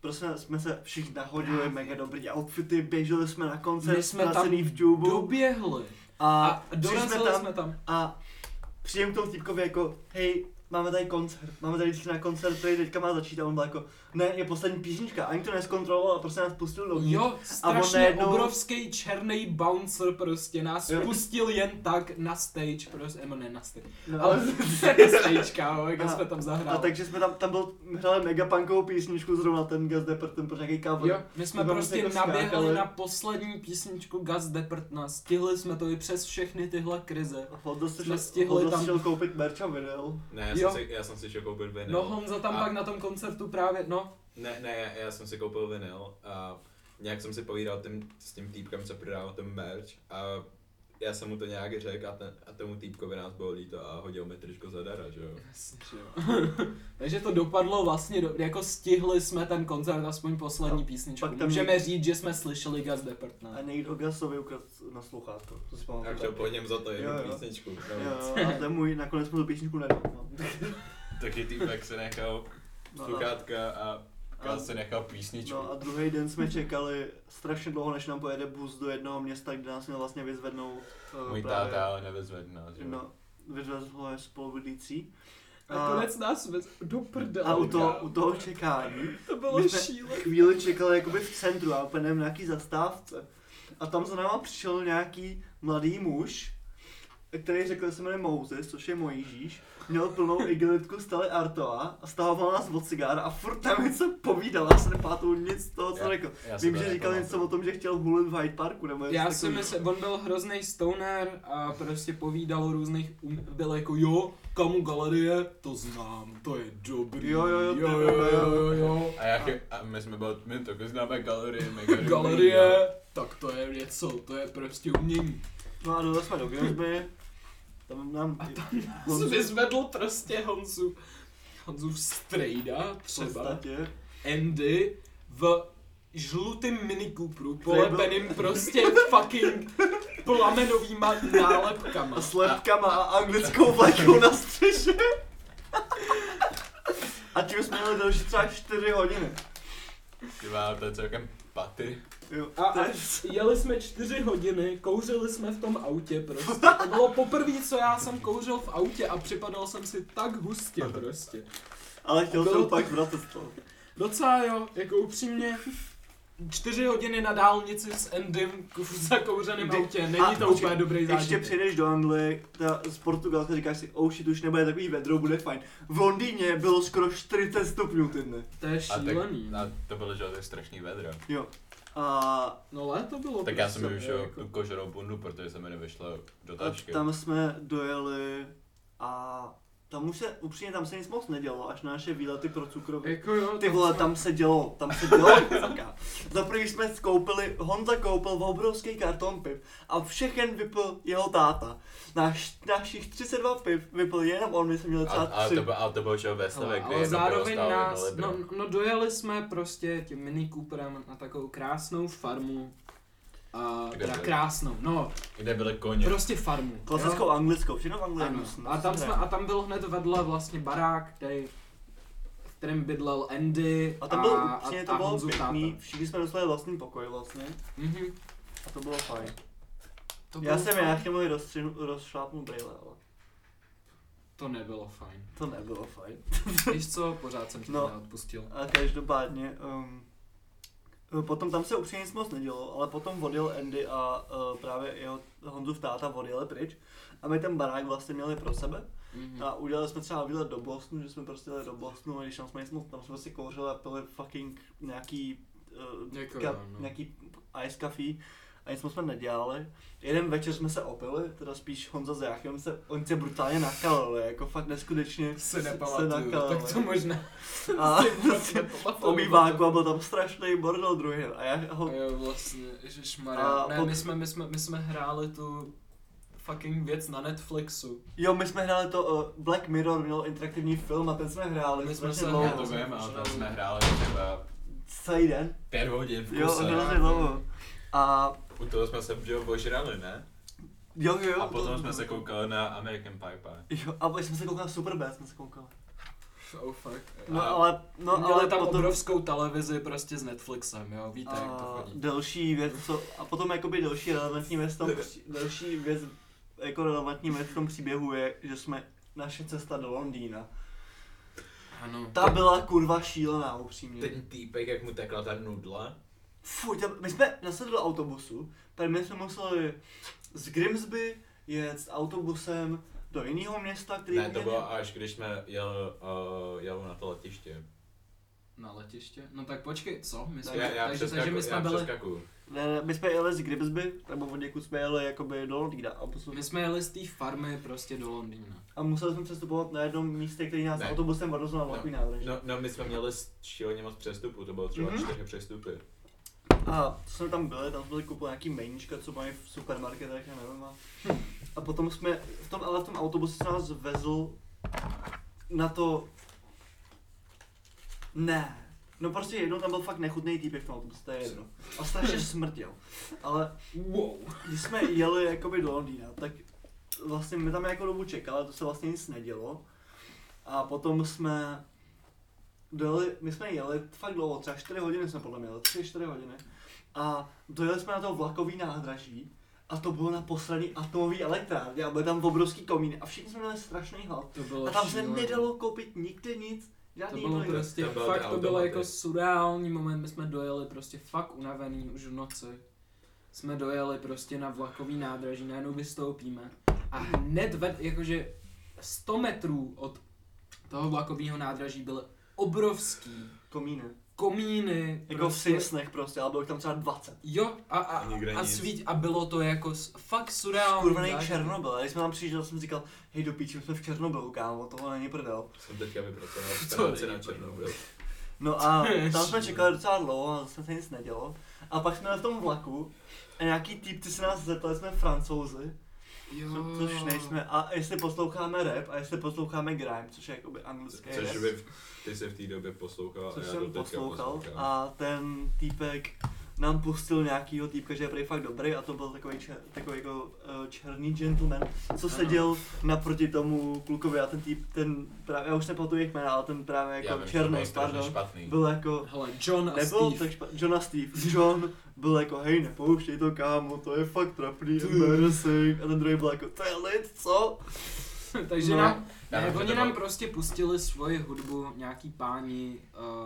Speaker 3: Prostě jsme se všichni nahodili, mega dobrý outfity, běželi jsme na koncert,
Speaker 1: My jsme tam
Speaker 3: ztracený v džubu
Speaker 1: Doběhli.
Speaker 3: a,
Speaker 1: A
Speaker 3: přišli
Speaker 1: dorazili
Speaker 3: jsme tam
Speaker 1: jsme tam.
Speaker 3: a přijde k tomu týpkovi jako, hej, máme tady koncert, máme tady vždycky na koncert, který teďka má začít a on byl jako, ne, je poslední písnička, ani to neskontroloval a prostě nás pustil dovnitř.
Speaker 1: Jo, strašně
Speaker 3: najednou-
Speaker 1: obrovský černý bouncer prostě nás
Speaker 3: Jo.
Speaker 1: pustil jen tak na stage, prostě, nebo ne na
Speaker 3: (laughs)
Speaker 1: stage,
Speaker 3: no,
Speaker 1: ale (laughs) na stage, kámo, jak
Speaker 3: A-
Speaker 1: jsme tam zahráli.
Speaker 3: A takže jsme tam, tam byl, hrali megapunkovou písničku, zrovna ten Gaz Depert, ten pro nějaký cover.
Speaker 1: Jo, my jsme
Speaker 3: To tam
Speaker 1: prostě
Speaker 3: jako
Speaker 1: naběhali
Speaker 3: skákali.
Speaker 1: na poslední písničku Gaz Deprtna, stihli jsme to i přes všechny tyhle krize.
Speaker 3: A Honza si
Speaker 1: Jsme
Speaker 3: šel,
Speaker 1: stihli
Speaker 3: Honza
Speaker 1: tam-
Speaker 3: si šel koupit merch a vinyl.
Speaker 5: Ne, já
Speaker 1: Jo.
Speaker 5: jsem, si, já jsem si šel koupit vinyl.
Speaker 1: No Honza tam
Speaker 5: A-
Speaker 1: pak na tom koncertu právě, no,
Speaker 5: Ne, ne, já- já jsem si koupil vinyl a nějak jsem si povídal tím, s tím týpkem, co prodával ten merch a já jsem mu to nějak řekl a, ten, a tomu týpkovi nás bylo líto a hodil mi tričko zadara, že jo.
Speaker 1: jasně, že jo. (laughs) Takže to dopadlo vlastně, do, jako stihli jsme ten koncert, aspoň poslední
Speaker 3: A
Speaker 1: písničku.
Speaker 3: No, pak tam
Speaker 1: Můžeme
Speaker 3: někdo-
Speaker 1: říct, že jsme slyšeli Gaz Deprtna.
Speaker 3: A někdo Gasovi ukradl na sluchátko, to si
Speaker 5: A
Speaker 3: pamatuju.
Speaker 5: chtěl po něm za to jednu
Speaker 3: No, Jo, jo.
Speaker 5: písničku.
Speaker 3: taky.
Speaker 5: No.
Speaker 3: Jo, a to je můj, nakonec mu tu písničku nedal. no.
Speaker 2: Taky týpek se nechal
Speaker 3: No a-
Speaker 2: sluchátka a
Speaker 3: a-
Speaker 2: Kal se nechal písničku.
Speaker 3: No a druhý den jsme čekali strašně dlouho, než nám pojede bus do jednoho města, kde nás měl vlastně vyzvednout eh,
Speaker 2: Můj
Speaker 3: právě-
Speaker 2: táta ale nevezvedl nás, že jo.
Speaker 3: No, vyzvedl ho je spolubydlící.
Speaker 1: A konec nás vez... do prdele.
Speaker 3: A u toho,
Speaker 1: kámo.
Speaker 3: u toho čekání
Speaker 1: To
Speaker 3: my
Speaker 1: bylo
Speaker 3: jsme-
Speaker 1: šílené.
Speaker 3: chvíli čekal jakoby v centru, já úplně nevím, na nějaký zastávce. A tam za náma přišel nějaký mladý muž, který řekl, že se jmenuje Moses, což je Mojžíš, měl plnou igelitku Stali Artoa a stahoval nás od cigára a furt tam něco povídal, já se nepátul nic z toho, co
Speaker 2: Já-
Speaker 3: řekl.
Speaker 2: já si
Speaker 3: jako, Vím,
Speaker 2: to
Speaker 3: že říkal
Speaker 2: nepamatuju.
Speaker 3: něco o tom, že chtěl hulit v Hyde Parku, nebo něco
Speaker 1: Já si
Speaker 3: takového.
Speaker 1: myslím, on byl hrozný stoner a prostě povídal o různých, um- byl jako jo, kamu galerie, to znám, to je dobrý,
Speaker 3: Jo, jo, jo, to
Speaker 1: jo,
Speaker 3: je
Speaker 1: jo,
Speaker 3: dobré,
Speaker 1: jo, jo,
Speaker 3: jo.
Speaker 1: jo.
Speaker 2: A, jak, a my jsme byli, my taky známe galerie,
Speaker 3: (laughs)
Speaker 2: mega dobrý, jo.
Speaker 1: galerie, tak to je něco, to je prostě umění.
Speaker 3: No a dole jsme do Gilsby, tam nám... A (laughs)
Speaker 1: Jsi vyzvedl prostě Honzu, Honzu strejda třeba, Andy v žlutým Mini Cooperu, polepeným prostě fucking plamenovýma (laughs) nálepkama.
Speaker 2: No,
Speaker 3: A s lepkama a anglickou vlajkou na střeše. A tím jsme měli další třeba 4 hodiny.
Speaker 2: Ty vole, to je celkem paty.
Speaker 3: Jo,
Speaker 1: A,
Speaker 3: to
Speaker 1: a
Speaker 3: je-
Speaker 1: jeli jsme čtyři hodiny, kouřili jsme v tom autě prostě. To bylo poprvé, co já jsem kouřil v autě a připadal jsem si tak hustě prostě.
Speaker 3: ale chtěl
Speaker 1: bylo
Speaker 3: jsem
Speaker 1: to-
Speaker 3: pak vracet to.
Speaker 1: Docela jo, jako upřímně, čtyři hodiny na dálnici s Endym k- v zakouřeném
Speaker 3: Kdy-
Speaker 1: autě, není to
Speaker 3: a-
Speaker 1: úplně dobrý zážitek.
Speaker 3: Ještě přijdeš do Anglie, ta, z Portugalska říkáš si, oh shit, už nebude takový vedro, bude fajn. V Londýně bylo skoro 40 stupňů ty dny.
Speaker 1: To je
Speaker 2: A, tak,
Speaker 1: šílený.
Speaker 2: a to bylo, že jo, tak strašný vedro.
Speaker 3: Jo. A,
Speaker 1: No léto bylo
Speaker 2: Tak já jsem
Speaker 1: prostě,
Speaker 2: využil
Speaker 1: jako-
Speaker 2: tu koženou bundu, protože se mi nevyšla do
Speaker 3: a
Speaker 2: tašky.
Speaker 3: tam jsme dojeli a tam už se, upřímně tam se nic moc nedělo, až na naše výlety pro cukrový.
Speaker 1: Jako jo,
Speaker 3: Ty
Speaker 1: tak
Speaker 3: vole,
Speaker 1: jsme-
Speaker 3: tam se dělo, tam se dělo (laughs) sakra. Za prvý jsme skoupili, Honza koupil obrovský karton piv a všechen vypil jeho táta. Naš, našich 32 piv vypil jenom on, my jsme měli
Speaker 2: A,
Speaker 3: třeba
Speaker 2: a,
Speaker 3: tři.
Speaker 2: to, bylo- a to bylo, že jo, ve stavě,
Speaker 1: Ale,
Speaker 2: kde
Speaker 1: ale
Speaker 2: jako jedno bylo
Speaker 1: zároveň
Speaker 2: stálo jedno
Speaker 1: nás,
Speaker 2: libro.
Speaker 1: no, no dojeli jsme prostě tím Mini Cooperem na takovou krásnou farmu. A,
Speaker 2: Kde
Speaker 1: teda
Speaker 2: byli?
Speaker 1: krásnou, no,
Speaker 2: Kde byly koně.
Speaker 1: prostě farmu. jo?
Speaker 3: Klasickou anglickou, všechno v Anglii. no
Speaker 1: Ano.
Speaker 3: musím-
Speaker 1: A tam,
Speaker 3: musím
Speaker 1: jsme, a tam byl hned vedle vlastně barák, který, v kterém bydlel Andy
Speaker 3: A tam bylo
Speaker 1: a,
Speaker 3: upřímně,
Speaker 1: a
Speaker 3: to bylo
Speaker 1: Honzův
Speaker 3: pěkný,
Speaker 1: táta.
Speaker 3: všichni jsme dostali vlastní pokoj vlastně
Speaker 1: Mhm.
Speaker 3: a to bylo fajn.
Speaker 1: To
Speaker 3: Já
Speaker 1: bylo
Speaker 3: jsem
Speaker 1: fajn.
Speaker 3: Jáchymovi rozstřinu- rozšlápnul brýle, ale
Speaker 1: To nebylo fajn.
Speaker 3: to nebylo fajn.
Speaker 1: Víš co, pořád jsem ti
Speaker 3: No.
Speaker 1: to neodpustil.
Speaker 3: A každopádně, um, potom tam se upřímně nic moc nedělo, ale potom odjel Andy a uh, právě jeho Honzův táta odjeli pryč a my ten barák vlastně měli pro sebe
Speaker 1: Mhm.
Speaker 3: a udělali jsme třeba výlet do Bostonu, že jsme prostě jeli do Bostonu a když tam jsme nic moc, tam jsme si kouřili a pili fucking nějaký eh,
Speaker 1: Jako,
Speaker 3: ka-
Speaker 1: no.
Speaker 3: nějaký ice coffee a nic moc jsme nedělali. Jeden večer jsme se opili, teda spíš Honza s Jáchem se, oni se brutálně nakalili, jako fakt neskutečně
Speaker 1: se
Speaker 3: se
Speaker 1: nepamatuju,
Speaker 3: nakalili. (laughs)
Speaker 1: tak (laughs) to možná (laughs)
Speaker 3: A
Speaker 1: prostě
Speaker 3: v obýváku a byl tam strašný bordel druhý a já ho
Speaker 1: Jo, vlastně, ježišmarja.
Speaker 3: A
Speaker 1: Ne,
Speaker 3: pod-
Speaker 1: my jsme, my, jsme, my jsme hráli tu fucking věc na Netflixu.
Speaker 3: Jo, my jsme hráli to, uh, Black Mirror měl interaktivní film a ten jsme hráli
Speaker 1: My jsme
Speaker 3: strašně
Speaker 1: se
Speaker 3: dlouho.
Speaker 2: Já to vím, ale
Speaker 3: no.
Speaker 2: tam jsme hráli třeba
Speaker 3: Celý den?
Speaker 2: pět hodin v
Speaker 3: Jo,
Speaker 2: kuse.
Speaker 3: hrozně dlouho. A
Speaker 2: U toho jsme se že jo, ožrali, ne?
Speaker 3: jo, jo, jo.
Speaker 2: A potom
Speaker 3: to-
Speaker 2: jsme se koukali na American Pie Pie.
Speaker 3: Jo, a pak jsme se koukali na Superbad, jsme se koukali.
Speaker 1: Oh fuck.
Speaker 3: No
Speaker 2: A-
Speaker 3: ale, no
Speaker 1: No, ale
Speaker 3: ale
Speaker 1: tam
Speaker 3: potom...
Speaker 1: obrovskou televizi prostě s Netflixem, jo, víte, jak to
Speaker 3: a
Speaker 1: chodí.
Speaker 3: další věc, co, a potom jakoby další relevantní věc, v tom, při- další věc, jako relevantní věc v tom příběhu je, že jsme naše cesta do Londýna.
Speaker 1: Ano.
Speaker 3: Ta byla kurva šílená, upřímně.
Speaker 5: Ten týpek, jak mu tekla ta nudla.
Speaker 3: Fuj, tam, my jsme nasedli do autobusu, tady my jsme museli z Grimsby jet s autobusem do jiného města, který
Speaker 2: Ne, to
Speaker 3: mě-
Speaker 2: bylo až když jsme jel, uh, jel na to letiště.
Speaker 1: Na letiště? No tak počkej, co? My jsme,
Speaker 2: Já, já
Speaker 1: takže, takže my
Speaker 2: přeskaku-
Speaker 1: jsme
Speaker 2: já
Speaker 1: byli,
Speaker 2: přeskakuju.
Speaker 3: ne, ne, my jsme jeli z Grimsby, nebo od někud jsme jeli jakoby do Londýna a, posu...
Speaker 1: my jsme jeli z té farmy prostě do Londýna.
Speaker 3: a museli jsme přestupovat na jednom místě, který nás
Speaker 2: Ne.
Speaker 3: autobusem odvezl na vlakový nádraží.
Speaker 2: No, no, my jsme měli šíleně moc přestupů, to bylo třeba
Speaker 3: Mhm.
Speaker 2: čtyři přestupy.
Speaker 3: A co jsme tam byli, tam jsme byli koupili nějaký meníčka, co mají v supermarketech, já nevím. A, a potom jsme, v tom, ale v tom autobuse se nás vezl na to... Ne. No prostě jednou tam byl fakt nechutný týpek v tom autobuse, to je jedno. A strašně smrděl. Ale
Speaker 1: Wow.
Speaker 3: když jsme jeli jakoby do Londýna, tak vlastně my tam jako dobu čekali, to se vlastně nic nedělo. A potom jsme dojeli, my jsme jeli fakt dlouho, třeba 4 hodiny jsme podle mě jeli, 3-4 hodiny. A dojeli jsme na to vlakový nádraží a to bylo na poslední atomový elektrárně a byl tam obrovský komín a všichni jsme měli strašný hlad.
Speaker 1: To bylo
Speaker 3: A tam se
Speaker 1: šílený.
Speaker 3: nedalo koupit nikde nic,
Speaker 1: To
Speaker 3: žádný
Speaker 1: bylo
Speaker 3: jídlo, nic.
Speaker 1: prostě,
Speaker 2: To
Speaker 1: to
Speaker 2: bylo ty
Speaker 1: fakt to bylo
Speaker 2: automaty.
Speaker 1: jako surreální moment, my jsme dojeli prostě fakt unavený už v noci. Jsme dojeli prostě na vlakový nádraží, najednou vystoupíme a hned ved, jakože 100 metrů od toho vlakového nádraží byly obrovský
Speaker 3: komíny.
Speaker 1: komíny.
Speaker 3: Jako v Simsnech prostě, ale bylo jich tam třeba 20.
Speaker 1: Jo, a, a,
Speaker 2: A nikde
Speaker 1: a,
Speaker 2: nic.
Speaker 1: svít, a bylo to jako s- fakt surreální.
Speaker 3: Kurvený
Speaker 1: zážitek.
Speaker 3: Černobyl, a když jsme tam přijížděli, jsem říkal, hej do píči, my jsme v Černobylu, kámo, tohle není prdel.
Speaker 2: Jsem teďka vypracoval
Speaker 1: (laughs) To
Speaker 2: stránce
Speaker 1: není
Speaker 2: na Černobyl.
Speaker 3: No
Speaker 1: (laughs)
Speaker 3: a tam jsme čekali docela dlouho a zase se nic nedělo. A pak jsme na tom vlaku a nějaký týpci se nás zeptali, jsme francouzi, co-
Speaker 1: Jo.
Speaker 3: což nejsme, a jestli posloucháme rap a jestli posloucháme grime, což je jakoby anglické
Speaker 2: Což
Speaker 3: rap,
Speaker 2: by v- ty se v té době poslouchal
Speaker 3: což
Speaker 2: a já to
Speaker 3: jsem
Speaker 2: teďka
Speaker 3: poslouchal
Speaker 2: poslouchám.
Speaker 3: a ten týpek nám pustil nějakýho týpka, že je prý fakt dobrý a to byl takový, čer, takový jako eh, černý gentleman, co
Speaker 1: Ano.
Speaker 3: seděl naproti tomu klukovi a ten týp, ten právě, já už nepamatuju jejich jména, ale ten právě
Speaker 2: Já
Speaker 3: jako
Speaker 2: vím, že to
Speaker 3: černý,
Speaker 2: bylo strašně
Speaker 3: pardon,
Speaker 2: špatný.
Speaker 3: byl jako
Speaker 1: Hele, John a
Speaker 3: Nebyl
Speaker 1: Steve.
Speaker 3: tak špatný. John a Steve. John byl jako, hej, nepouštěj to kámo, to je fakt trapný,
Speaker 1: Ty.
Speaker 3: embarrassing. A ten druhý byl jako, to je lid, co?
Speaker 1: (laughs) Takže
Speaker 3: No.
Speaker 1: nám
Speaker 2: Já
Speaker 1: Ne,
Speaker 2: vím, že
Speaker 1: oni
Speaker 2: to
Speaker 1: nám
Speaker 2: bylo-
Speaker 1: prostě pustili svoji hudbu, nějaký páni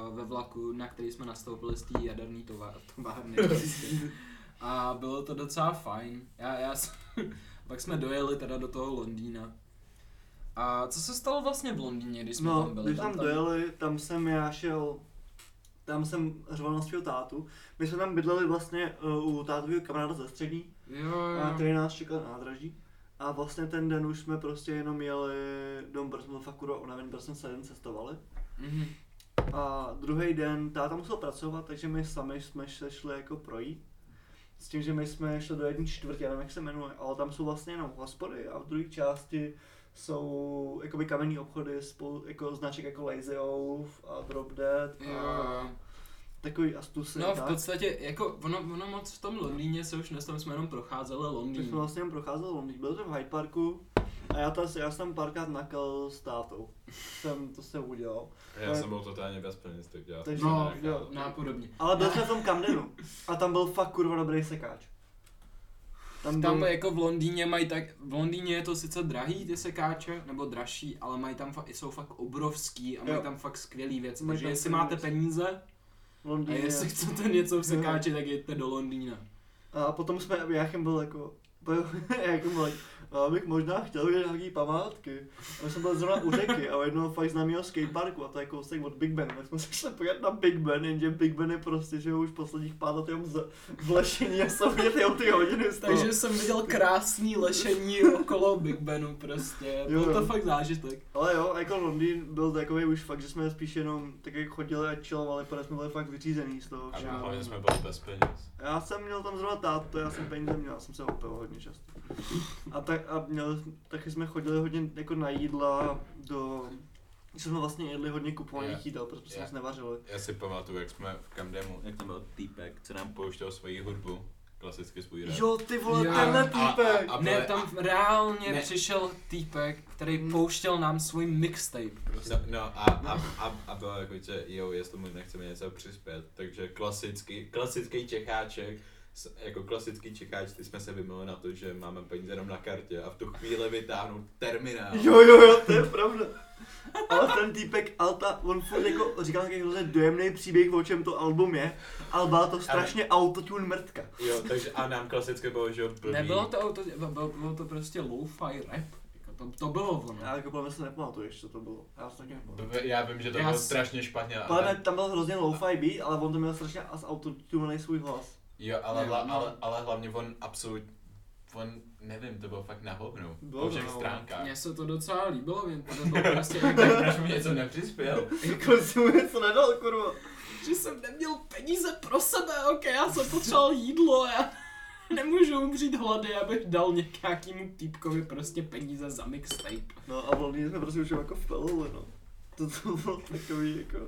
Speaker 1: uh, ve vlaku, na který jsme nastoupili z té jaderné tová-
Speaker 2: (laughs)
Speaker 1: továrny. prostě. A bylo to docela fajn. Já, já s- (laughs) pak jsme dojeli teda do toho Londýna. A co se stalo vlastně v Londýně, když jsme
Speaker 3: No,
Speaker 1: tam byli?
Speaker 3: když tam dojeli, tam jsem já šel, tam jsem řval na svého tátu. My jsme tam bydleli vlastně uh, u tátového kamaráda ze střední,
Speaker 1: Jo,
Speaker 3: a
Speaker 1: jo.
Speaker 3: který nás čekal na nádraží. A vlastně ten den už jsme prostě jenom jeli dom, protože jsme fakt kurva unavený, protože jsme se den cestovali.
Speaker 1: Mhm.
Speaker 3: A druhý den táta musel pracovat, takže my sami jsme se šli jako projít. S tím, že my jsme šli do jedné čtvrtě, já nevím, jak se jmenuje, ale tam jsou vlastně jenom hospody a v druhé části jsou jakoby kamenné obchody spolu, jako značek jako Lazy Oaf a Drop Dead
Speaker 1: Jo,
Speaker 3: a
Speaker 1: jo.
Speaker 3: takový astusy.
Speaker 1: No, v
Speaker 3: tak.
Speaker 1: podstatě, jako ono, ono moc v tom Londýně se už nestam, jsme jenom procházeli
Speaker 3: Tak
Speaker 1: Londýn.
Speaker 3: jsme vlastně jen procházeli Londýn, byl to v Hyde Parku a já, ta, já jsem tam párkrát nakal s tátou. Jsem, to jsem udělal.
Speaker 5: Já jsem byl totálně bez peněz, tak já
Speaker 3: Takže-
Speaker 1: No,
Speaker 5: jsem
Speaker 1: jo,
Speaker 5: nenechal.
Speaker 1: nápodobně.
Speaker 3: Ale byl jsem v tom Camdenu a tam byl fakt kurva dobrý sekáč.
Speaker 1: Tam jako v Londýně mají tak, v Londýně je to sice drahý ty sekáče, nebo dražší, ale mají tam fa- jsou fakt obrovský a mají
Speaker 3: Jo.
Speaker 1: tam fakt skvělý věci,
Speaker 3: Mají
Speaker 1: takže
Speaker 3: tam
Speaker 1: jestli
Speaker 3: skvělý
Speaker 1: máte
Speaker 3: věci.
Speaker 1: peníze
Speaker 3: v
Speaker 1: a
Speaker 3: Londýně.
Speaker 1: jestli chcete něco v sekáči, tak jeďte do Londýna.
Speaker 3: A potom jsme, Jáchem byl jako, (laughs) byl, jako byl, a bych možná chtěl vidět nějaký památky. A my jsme byli zrovna u řeky a u jednoho fakt známého skateparku a to je kousek od Big Ben. Tak jsme se šli podívat na Big Ben, jenže Big Ben je prostě, že jo, už posledních pár let jenom z, zlešení a jsou mě ty, ty hodiny z toho.
Speaker 1: Takže jsem viděl krásný (laughs) lešení okolo Big Benu prostě,
Speaker 3: Jo,
Speaker 1: byl to
Speaker 3: jo.
Speaker 1: fakt zážitek.
Speaker 3: Ale jo, jako Londýn byl takový už fakt, že jsme spíš jenom tak jako chodili a chillovali, protože jsme byli fakt vyřízený z toho
Speaker 2: A
Speaker 3: všeho.
Speaker 2: hlavně jsme byli bez peněz.
Speaker 3: Já jsem měl tam zrovna tátu, já jsem peníze měl, já jsem se opil hodně často. A, tak, a měl, taky jsme chodili hodně jako na jídla do... Když jsme vlastně jedli hodně kupovaných
Speaker 2: Je.
Speaker 3: jídel, protože jsme
Speaker 2: Je.
Speaker 3: moc nevařili.
Speaker 2: Já si pamatuju, jak jsme v Kamdemu, jak tam byl týpek, co nám pouštěl svoji hudbu, klasicky svůj rap.
Speaker 3: Jo, ty vole,
Speaker 1: Jo.
Speaker 3: tenhle
Speaker 2: A-
Speaker 3: týpek!
Speaker 2: a- a-
Speaker 1: ne,
Speaker 2: byly-
Speaker 1: tam reálně
Speaker 2: Ne.
Speaker 1: přišel týpek, který pouštěl nám svůj mixtape prostě.
Speaker 5: No, no a, a, a, a bylo jako, že jo, jestli mu nechceme něco přispět, takže klasický, klasický Čecháček, s- jako klasický Čecháč, ty jsme se vymluvili na to, že máme peníze jenom na kartě a v tu chvíli vytáhnu terminál.
Speaker 3: Jo, jo, jo, to je pravda. Ale ten týpek Alta, on furt jako říkal takový hrozně dojemný příběh, o čem to album je, ale byla to strašně autotune mrtka.
Speaker 5: jo takže a nám klasicky bylo, že jo, blbý.
Speaker 1: Nebylo to, auto, bylo, bylo to prostě lo-fi rap, jako to, to bylo
Speaker 2: No.
Speaker 1: ono.
Speaker 3: Já jako podle mě se nepamatuju, co to bylo. Já se taky nepamatuju.
Speaker 2: To by- Já vím, že to
Speaker 1: Já
Speaker 2: bylo
Speaker 1: s-
Speaker 2: strašně špatně. a
Speaker 3: Ale
Speaker 2: ten-
Speaker 3: ne, tam byl hrozně lo-fi beat, ale on to měl strašně as autotunený svůj hlas.
Speaker 2: Jo, ale,
Speaker 1: Ne,
Speaker 2: hla,
Speaker 1: no.
Speaker 2: ale, ale hlavně on absolut, on, nevím, to bylo fakt na hovnu.
Speaker 3: Bylo
Speaker 2: Po
Speaker 3: to
Speaker 2: všech
Speaker 3: na hovnu.
Speaker 2: stránkách.
Speaker 1: Mně se to docela líbilo, jen to bylo prostě
Speaker 2: Tak
Speaker 1: jako,
Speaker 2: proč mi něco nepřispěl?
Speaker 3: Jako si mu něco nedal, kurva.
Speaker 1: že jsem neměl peníze pro sebe, ok, já jsem potřeboval jídlo, já nemůžu umřít hlady, abych dal nějakému týpkovi prostě peníze za mixtape.
Speaker 3: No a v Londýně jsme prostě už jenom jako v peloli, no. To, to bylo takový jako...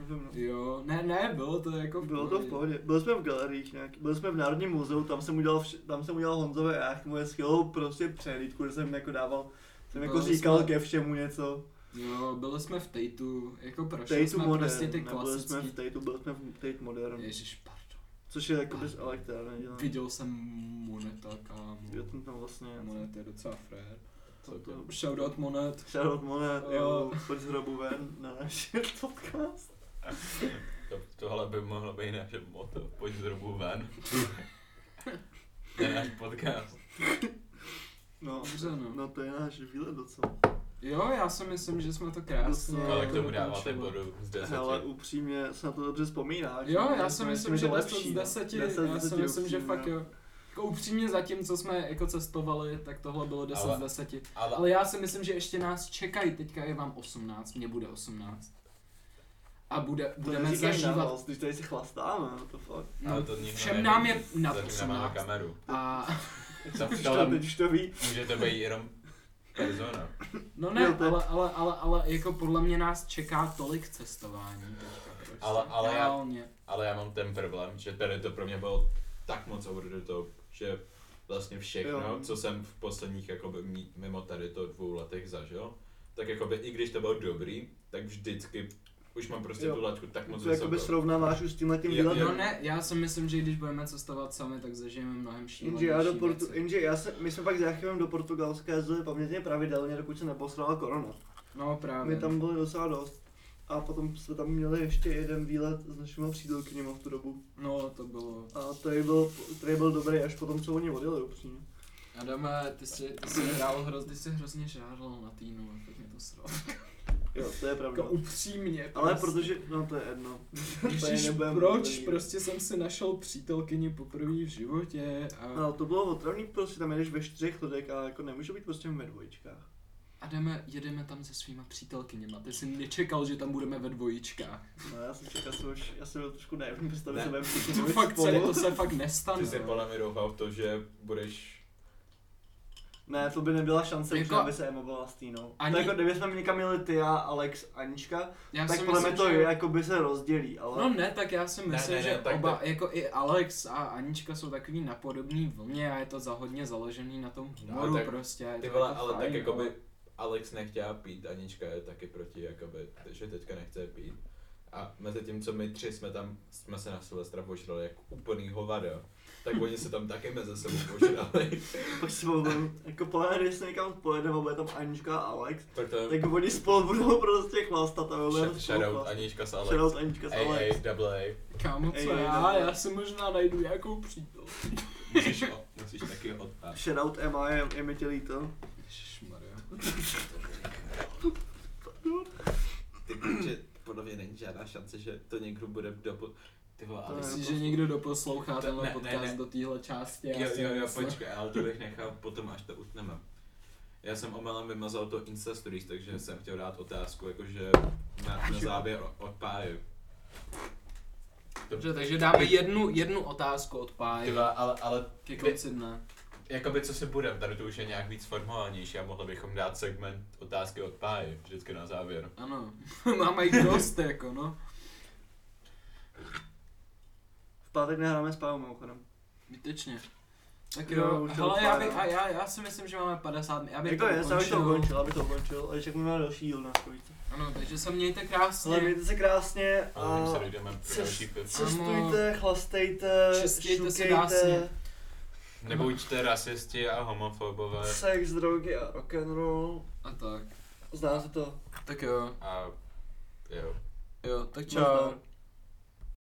Speaker 3: nevím, no.
Speaker 1: Jo, ne, ne, bylo to jako v
Speaker 3: Bylo to v pohodě. Byli jsme v galeriích nějak, byli jsme v Národním muzeu, tam jsem udělal, vš- tam jsem udělal Honzové a jak mu je skvělou prostě přehlídku, kde jsem jako dával, jsem jako
Speaker 1: Byli
Speaker 3: říkal
Speaker 1: jsme-
Speaker 3: ke všemu něco.
Speaker 1: Jo, byli jsme v Tateu, jako prošli
Speaker 3: Tate
Speaker 1: jsme
Speaker 3: Modern,
Speaker 1: prostě ty
Speaker 3: nebyli
Speaker 1: klasický.
Speaker 3: jsme v Tate, byli jsme v Tate Modern,
Speaker 1: Ježiš, pardon.
Speaker 3: což je jako bez elektrárny dělá.
Speaker 1: Viděl jsem Moneta, kámo.
Speaker 3: Jo, ten tam vlastně,
Speaker 1: Monet je docela frér.
Speaker 3: co to
Speaker 1: Shoutout Monet.
Speaker 3: Shoutout Monet,
Speaker 1: Jo.
Speaker 3: jo, pojď z hrobu ven na náš (laughs) podcast.
Speaker 2: To, tohle by mohlo být naše moto. Pojď z rubu ven. To je náš podcast.
Speaker 3: No,
Speaker 1: Dobře, no.
Speaker 3: no to je náš výlet docela.
Speaker 1: Jo, já si myslím, že jsme to krásně.
Speaker 3: Docela.
Speaker 2: Ale k No, tomu
Speaker 1: dokončili.
Speaker 2: dáváte bodu z
Speaker 3: Ale
Speaker 2: deseti.
Speaker 3: upřímně se na to dobře vzpomíná. že?
Speaker 1: Jo, já si
Speaker 3: Myslím,
Speaker 1: myslím, že
Speaker 3: to
Speaker 1: 10
Speaker 3: lepší,
Speaker 1: z
Speaker 3: no.
Speaker 1: 10,
Speaker 3: 10
Speaker 1: já si myslím, že
Speaker 3: upřímně,
Speaker 1: fakt
Speaker 3: no.
Speaker 1: jo. Jako upřímně zatím, co jsme jako cestovali, tak tohle bylo 10
Speaker 2: Ale-
Speaker 1: z 10.
Speaker 2: Ale
Speaker 1: Ale já si myslím, že ještě nás čekají, teďka je vám 18, mně bude 18. A bude,
Speaker 3: To
Speaker 1: budeme
Speaker 3: neříkej
Speaker 1: zažívat.
Speaker 3: nahlas, Když tady si chlastáme, no to fakt.
Speaker 2: ale
Speaker 1: No,
Speaker 2: to nikdo
Speaker 1: všem
Speaker 2: neví.
Speaker 1: nám je nad
Speaker 2: Zatím nemáme
Speaker 1: 18.
Speaker 2: kameru.
Speaker 3: (laughs)
Speaker 1: A
Speaker 2: To-
Speaker 3: Když
Speaker 2: tohle
Speaker 3: to, teď už to ví.
Speaker 2: Může to být jenom persona.
Speaker 1: no ne,
Speaker 3: Jo, to je-
Speaker 1: ale, ale, ale, ale jako podle mě nás čeká tolik cestování teďka prostě.
Speaker 2: Ale- ale já-
Speaker 1: Reálně.
Speaker 2: Ale já mám ten problém, že tady to pro mě bylo
Speaker 5: tak moc over the top, že vlastně všechno,
Speaker 3: Jo.
Speaker 5: jo. co jsem v posledních
Speaker 2: jako
Speaker 5: jakoby, mí- mimo tady to dvou letech zažil, tak jakoby i když to bylo dobrý, tak vždycky
Speaker 2: už mám prostě
Speaker 3: Jo.
Speaker 2: tu laťku tak moc
Speaker 3: To jakoby
Speaker 2: vysoko.
Speaker 3: srovnáváš už s tímhle tím
Speaker 2: Jo,
Speaker 3: výletem.
Speaker 1: No ne, já si myslím, že když budeme cestovat sami, tak zažijeme mnohem šílenější
Speaker 3: Jenže já, do Portu,
Speaker 1: věci.
Speaker 3: jenže já se, my jsme pak s Jachymem do Portugalska jezdili pamětně pravidelně, dokud se neposrala korona.
Speaker 1: No právě.
Speaker 3: My tam byli docela dost. A potom jsme tam měli ještě jeden výlet s našimi přítelkyněmi v tu dobu.
Speaker 1: No to bylo.
Speaker 3: A který byl, který byl dobrý až potom, co oni odjeli upřímně.
Speaker 1: Adame, ty jsi, ty jsi (laughs) hrál hroz, ty jsi hrozně žádal na týnu a tak mě to sralo.
Speaker 3: Jo, to je pravda.
Speaker 1: Jako upřímně.
Speaker 3: Ale
Speaker 1: prostě.
Speaker 3: protože, no to je jedno. To je
Speaker 1: Ježiš,
Speaker 3: nebudem
Speaker 1: proč?
Speaker 3: rozebírat.
Speaker 1: Prostě jsem si našel přítelkyni poprvé v životě a...
Speaker 3: Ale No, to bylo otravný, prostě tam jedeš ve čtyřech lidech a jako nemůže být prostě ve dvojčkách.
Speaker 1: A jdeme, jedeme tam se svýma přítelkyněma. Ty jsi nečekal, že tam budeme ve dvojčkách.
Speaker 3: No já jsem čekal, jsem už, já jsem byl trošku naivní, představit
Speaker 2: Ne.
Speaker 3: se budeme všichni
Speaker 1: To
Speaker 3: mluvit
Speaker 1: fakt se,
Speaker 3: spolu.
Speaker 1: to se fakt nestane. no.
Speaker 2: Ty jsi podle mě doufal v to, že budeš...
Speaker 3: Ne, to by nebyla šance,
Speaker 1: Jako-
Speaker 3: jako... aby se Emma byla s Týnou.
Speaker 1: Ani-
Speaker 3: Ani... To jako kdyby jsme někam jeli ty, já, Alex, Anička,
Speaker 1: Já
Speaker 3: tak
Speaker 1: si
Speaker 3: podle mě
Speaker 1: myslím,
Speaker 3: to
Speaker 1: že-
Speaker 3: že... jako by se rozdělí, ale...
Speaker 1: No ne, tak já si
Speaker 2: Ne,
Speaker 1: myslím,
Speaker 2: ne, ne,
Speaker 1: že
Speaker 2: tak
Speaker 1: oba, jako i Alex a Anička jsou takový na podobný vlně a je to za hodně založený na tom
Speaker 2: No,
Speaker 1: humoru
Speaker 2: tak
Speaker 1: prostě. a je
Speaker 2: Ty
Speaker 1: to
Speaker 2: vole,
Speaker 1: jako
Speaker 2: ale tak
Speaker 1: fajn,
Speaker 2: jakoby
Speaker 1: ale-
Speaker 2: Alex nechtěla pít, Anička je taky proti, jakoby, že teďka nechce pít. A mezi tím, co my tři jsme tam, jsme se na Silvestra požrali jak úplný hovada, tak oni se tam taky mezi sebou (laughs) požrali.
Speaker 3: (laughs) Pak si bavím, jako podle mě, když se někam pojedeme, bude tam Anička a Alex,
Speaker 2: Proto
Speaker 3: tak oni spolu budou prostě chlastat a budou
Speaker 2: sh-
Speaker 3: spolu
Speaker 2: shoutout
Speaker 3: chlastat.
Speaker 2: Anička s
Speaker 3: Shoutout
Speaker 2: Alex.
Speaker 3: Anička s
Speaker 2: Ej,
Speaker 3: Alex.
Speaker 2: ej, double A.
Speaker 1: Kámo, co
Speaker 3: Ej, ej,
Speaker 1: já?
Speaker 3: ej, ej.
Speaker 1: já si možná najdu nějakou přítel.
Speaker 2: Musíš, o- musíš taky odpát.
Speaker 3: Shoutout Emma, je, je mi tě líto.
Speaker 1: Ježišmarja.
Speaker 2: Ty piče, podle mě není žádná šance, že to někdo bude do... Ty vole,
Speaker 3: To
Speaker 2: ale...
Speaker 3: je-
Speaker 1: Jestliže někdo doposlouchá
Speaker 2: To-
Speaker 1: tenhle
Speaker 2: ne, ne,
Speaker 1: podcast
Speaker 2: ne.
Speaker 1: do téhle části, já
Speaker 2: Jo,
Speaker 1: si
Speaker 2: jo, jo,
Speaker 1: nemyslím.
Speaker 2: počkej, ale to bych nechal potom, až to utneme. Já jsem omelem vymazal to Insta Stories, takže jsem chtěl dát otázku, jakože na, na závěr o- odpáju.
Speaker 1: Dobře, takže dáme jednu, jednu otázku od Páje
Speaker 2: Tyva, ale, ale
Speaker 1: ke konci dne.
Speaker 2: jakoby co si budem, tady to už je nějak víc formálnější a mohli bychom dát segment otázky od páje, vždycky na závěr.
Speaker 1: Ano, (laughs) máme jich dost, jako no.
Speaker 3: V pátek nehráme s Pávou mimochodem.
Speaker 1: Výtečně. Tak
Speaker 3: Jo,
Speaker 1: jo,
Speaker 3: už je
Speaker 1: hele, já,
Speaker 3: odpája.
Speaker 1: bych, a já, já si myslím, že máme 50, já bych
Speaker 3: Jako je, aby to
Speaker 1: ukončil.
Speaker 3: ukončil, aby to ukončil, ale však my máme "No, další díl na skovíce.
Speaker 1: Ano, takže se mějte krásně.
Speaker 3: Ale mějte se krásně
Speaker 2: Ale
Speaker 3: a
Speaker 2: tím se dojdeme pro další pět.
Speaker 3: cestujte, chlastejte,
Speaker 1: Čestějte se
Speaker 3: šukejte,
Speaker 1: dásně.
Speaker 2: Nebuďte rasisti a homofobové
Speaker 3: sex, drogy a rock'n'roll.
Speaker 1: A tak.
Speaker 3: Znáte to.
Speaker 1: Tak jo,
Speaker 2: a jo.
Speaker 1: jo, tak
Speaker 3: Nazdar.
Speaker 1: čau.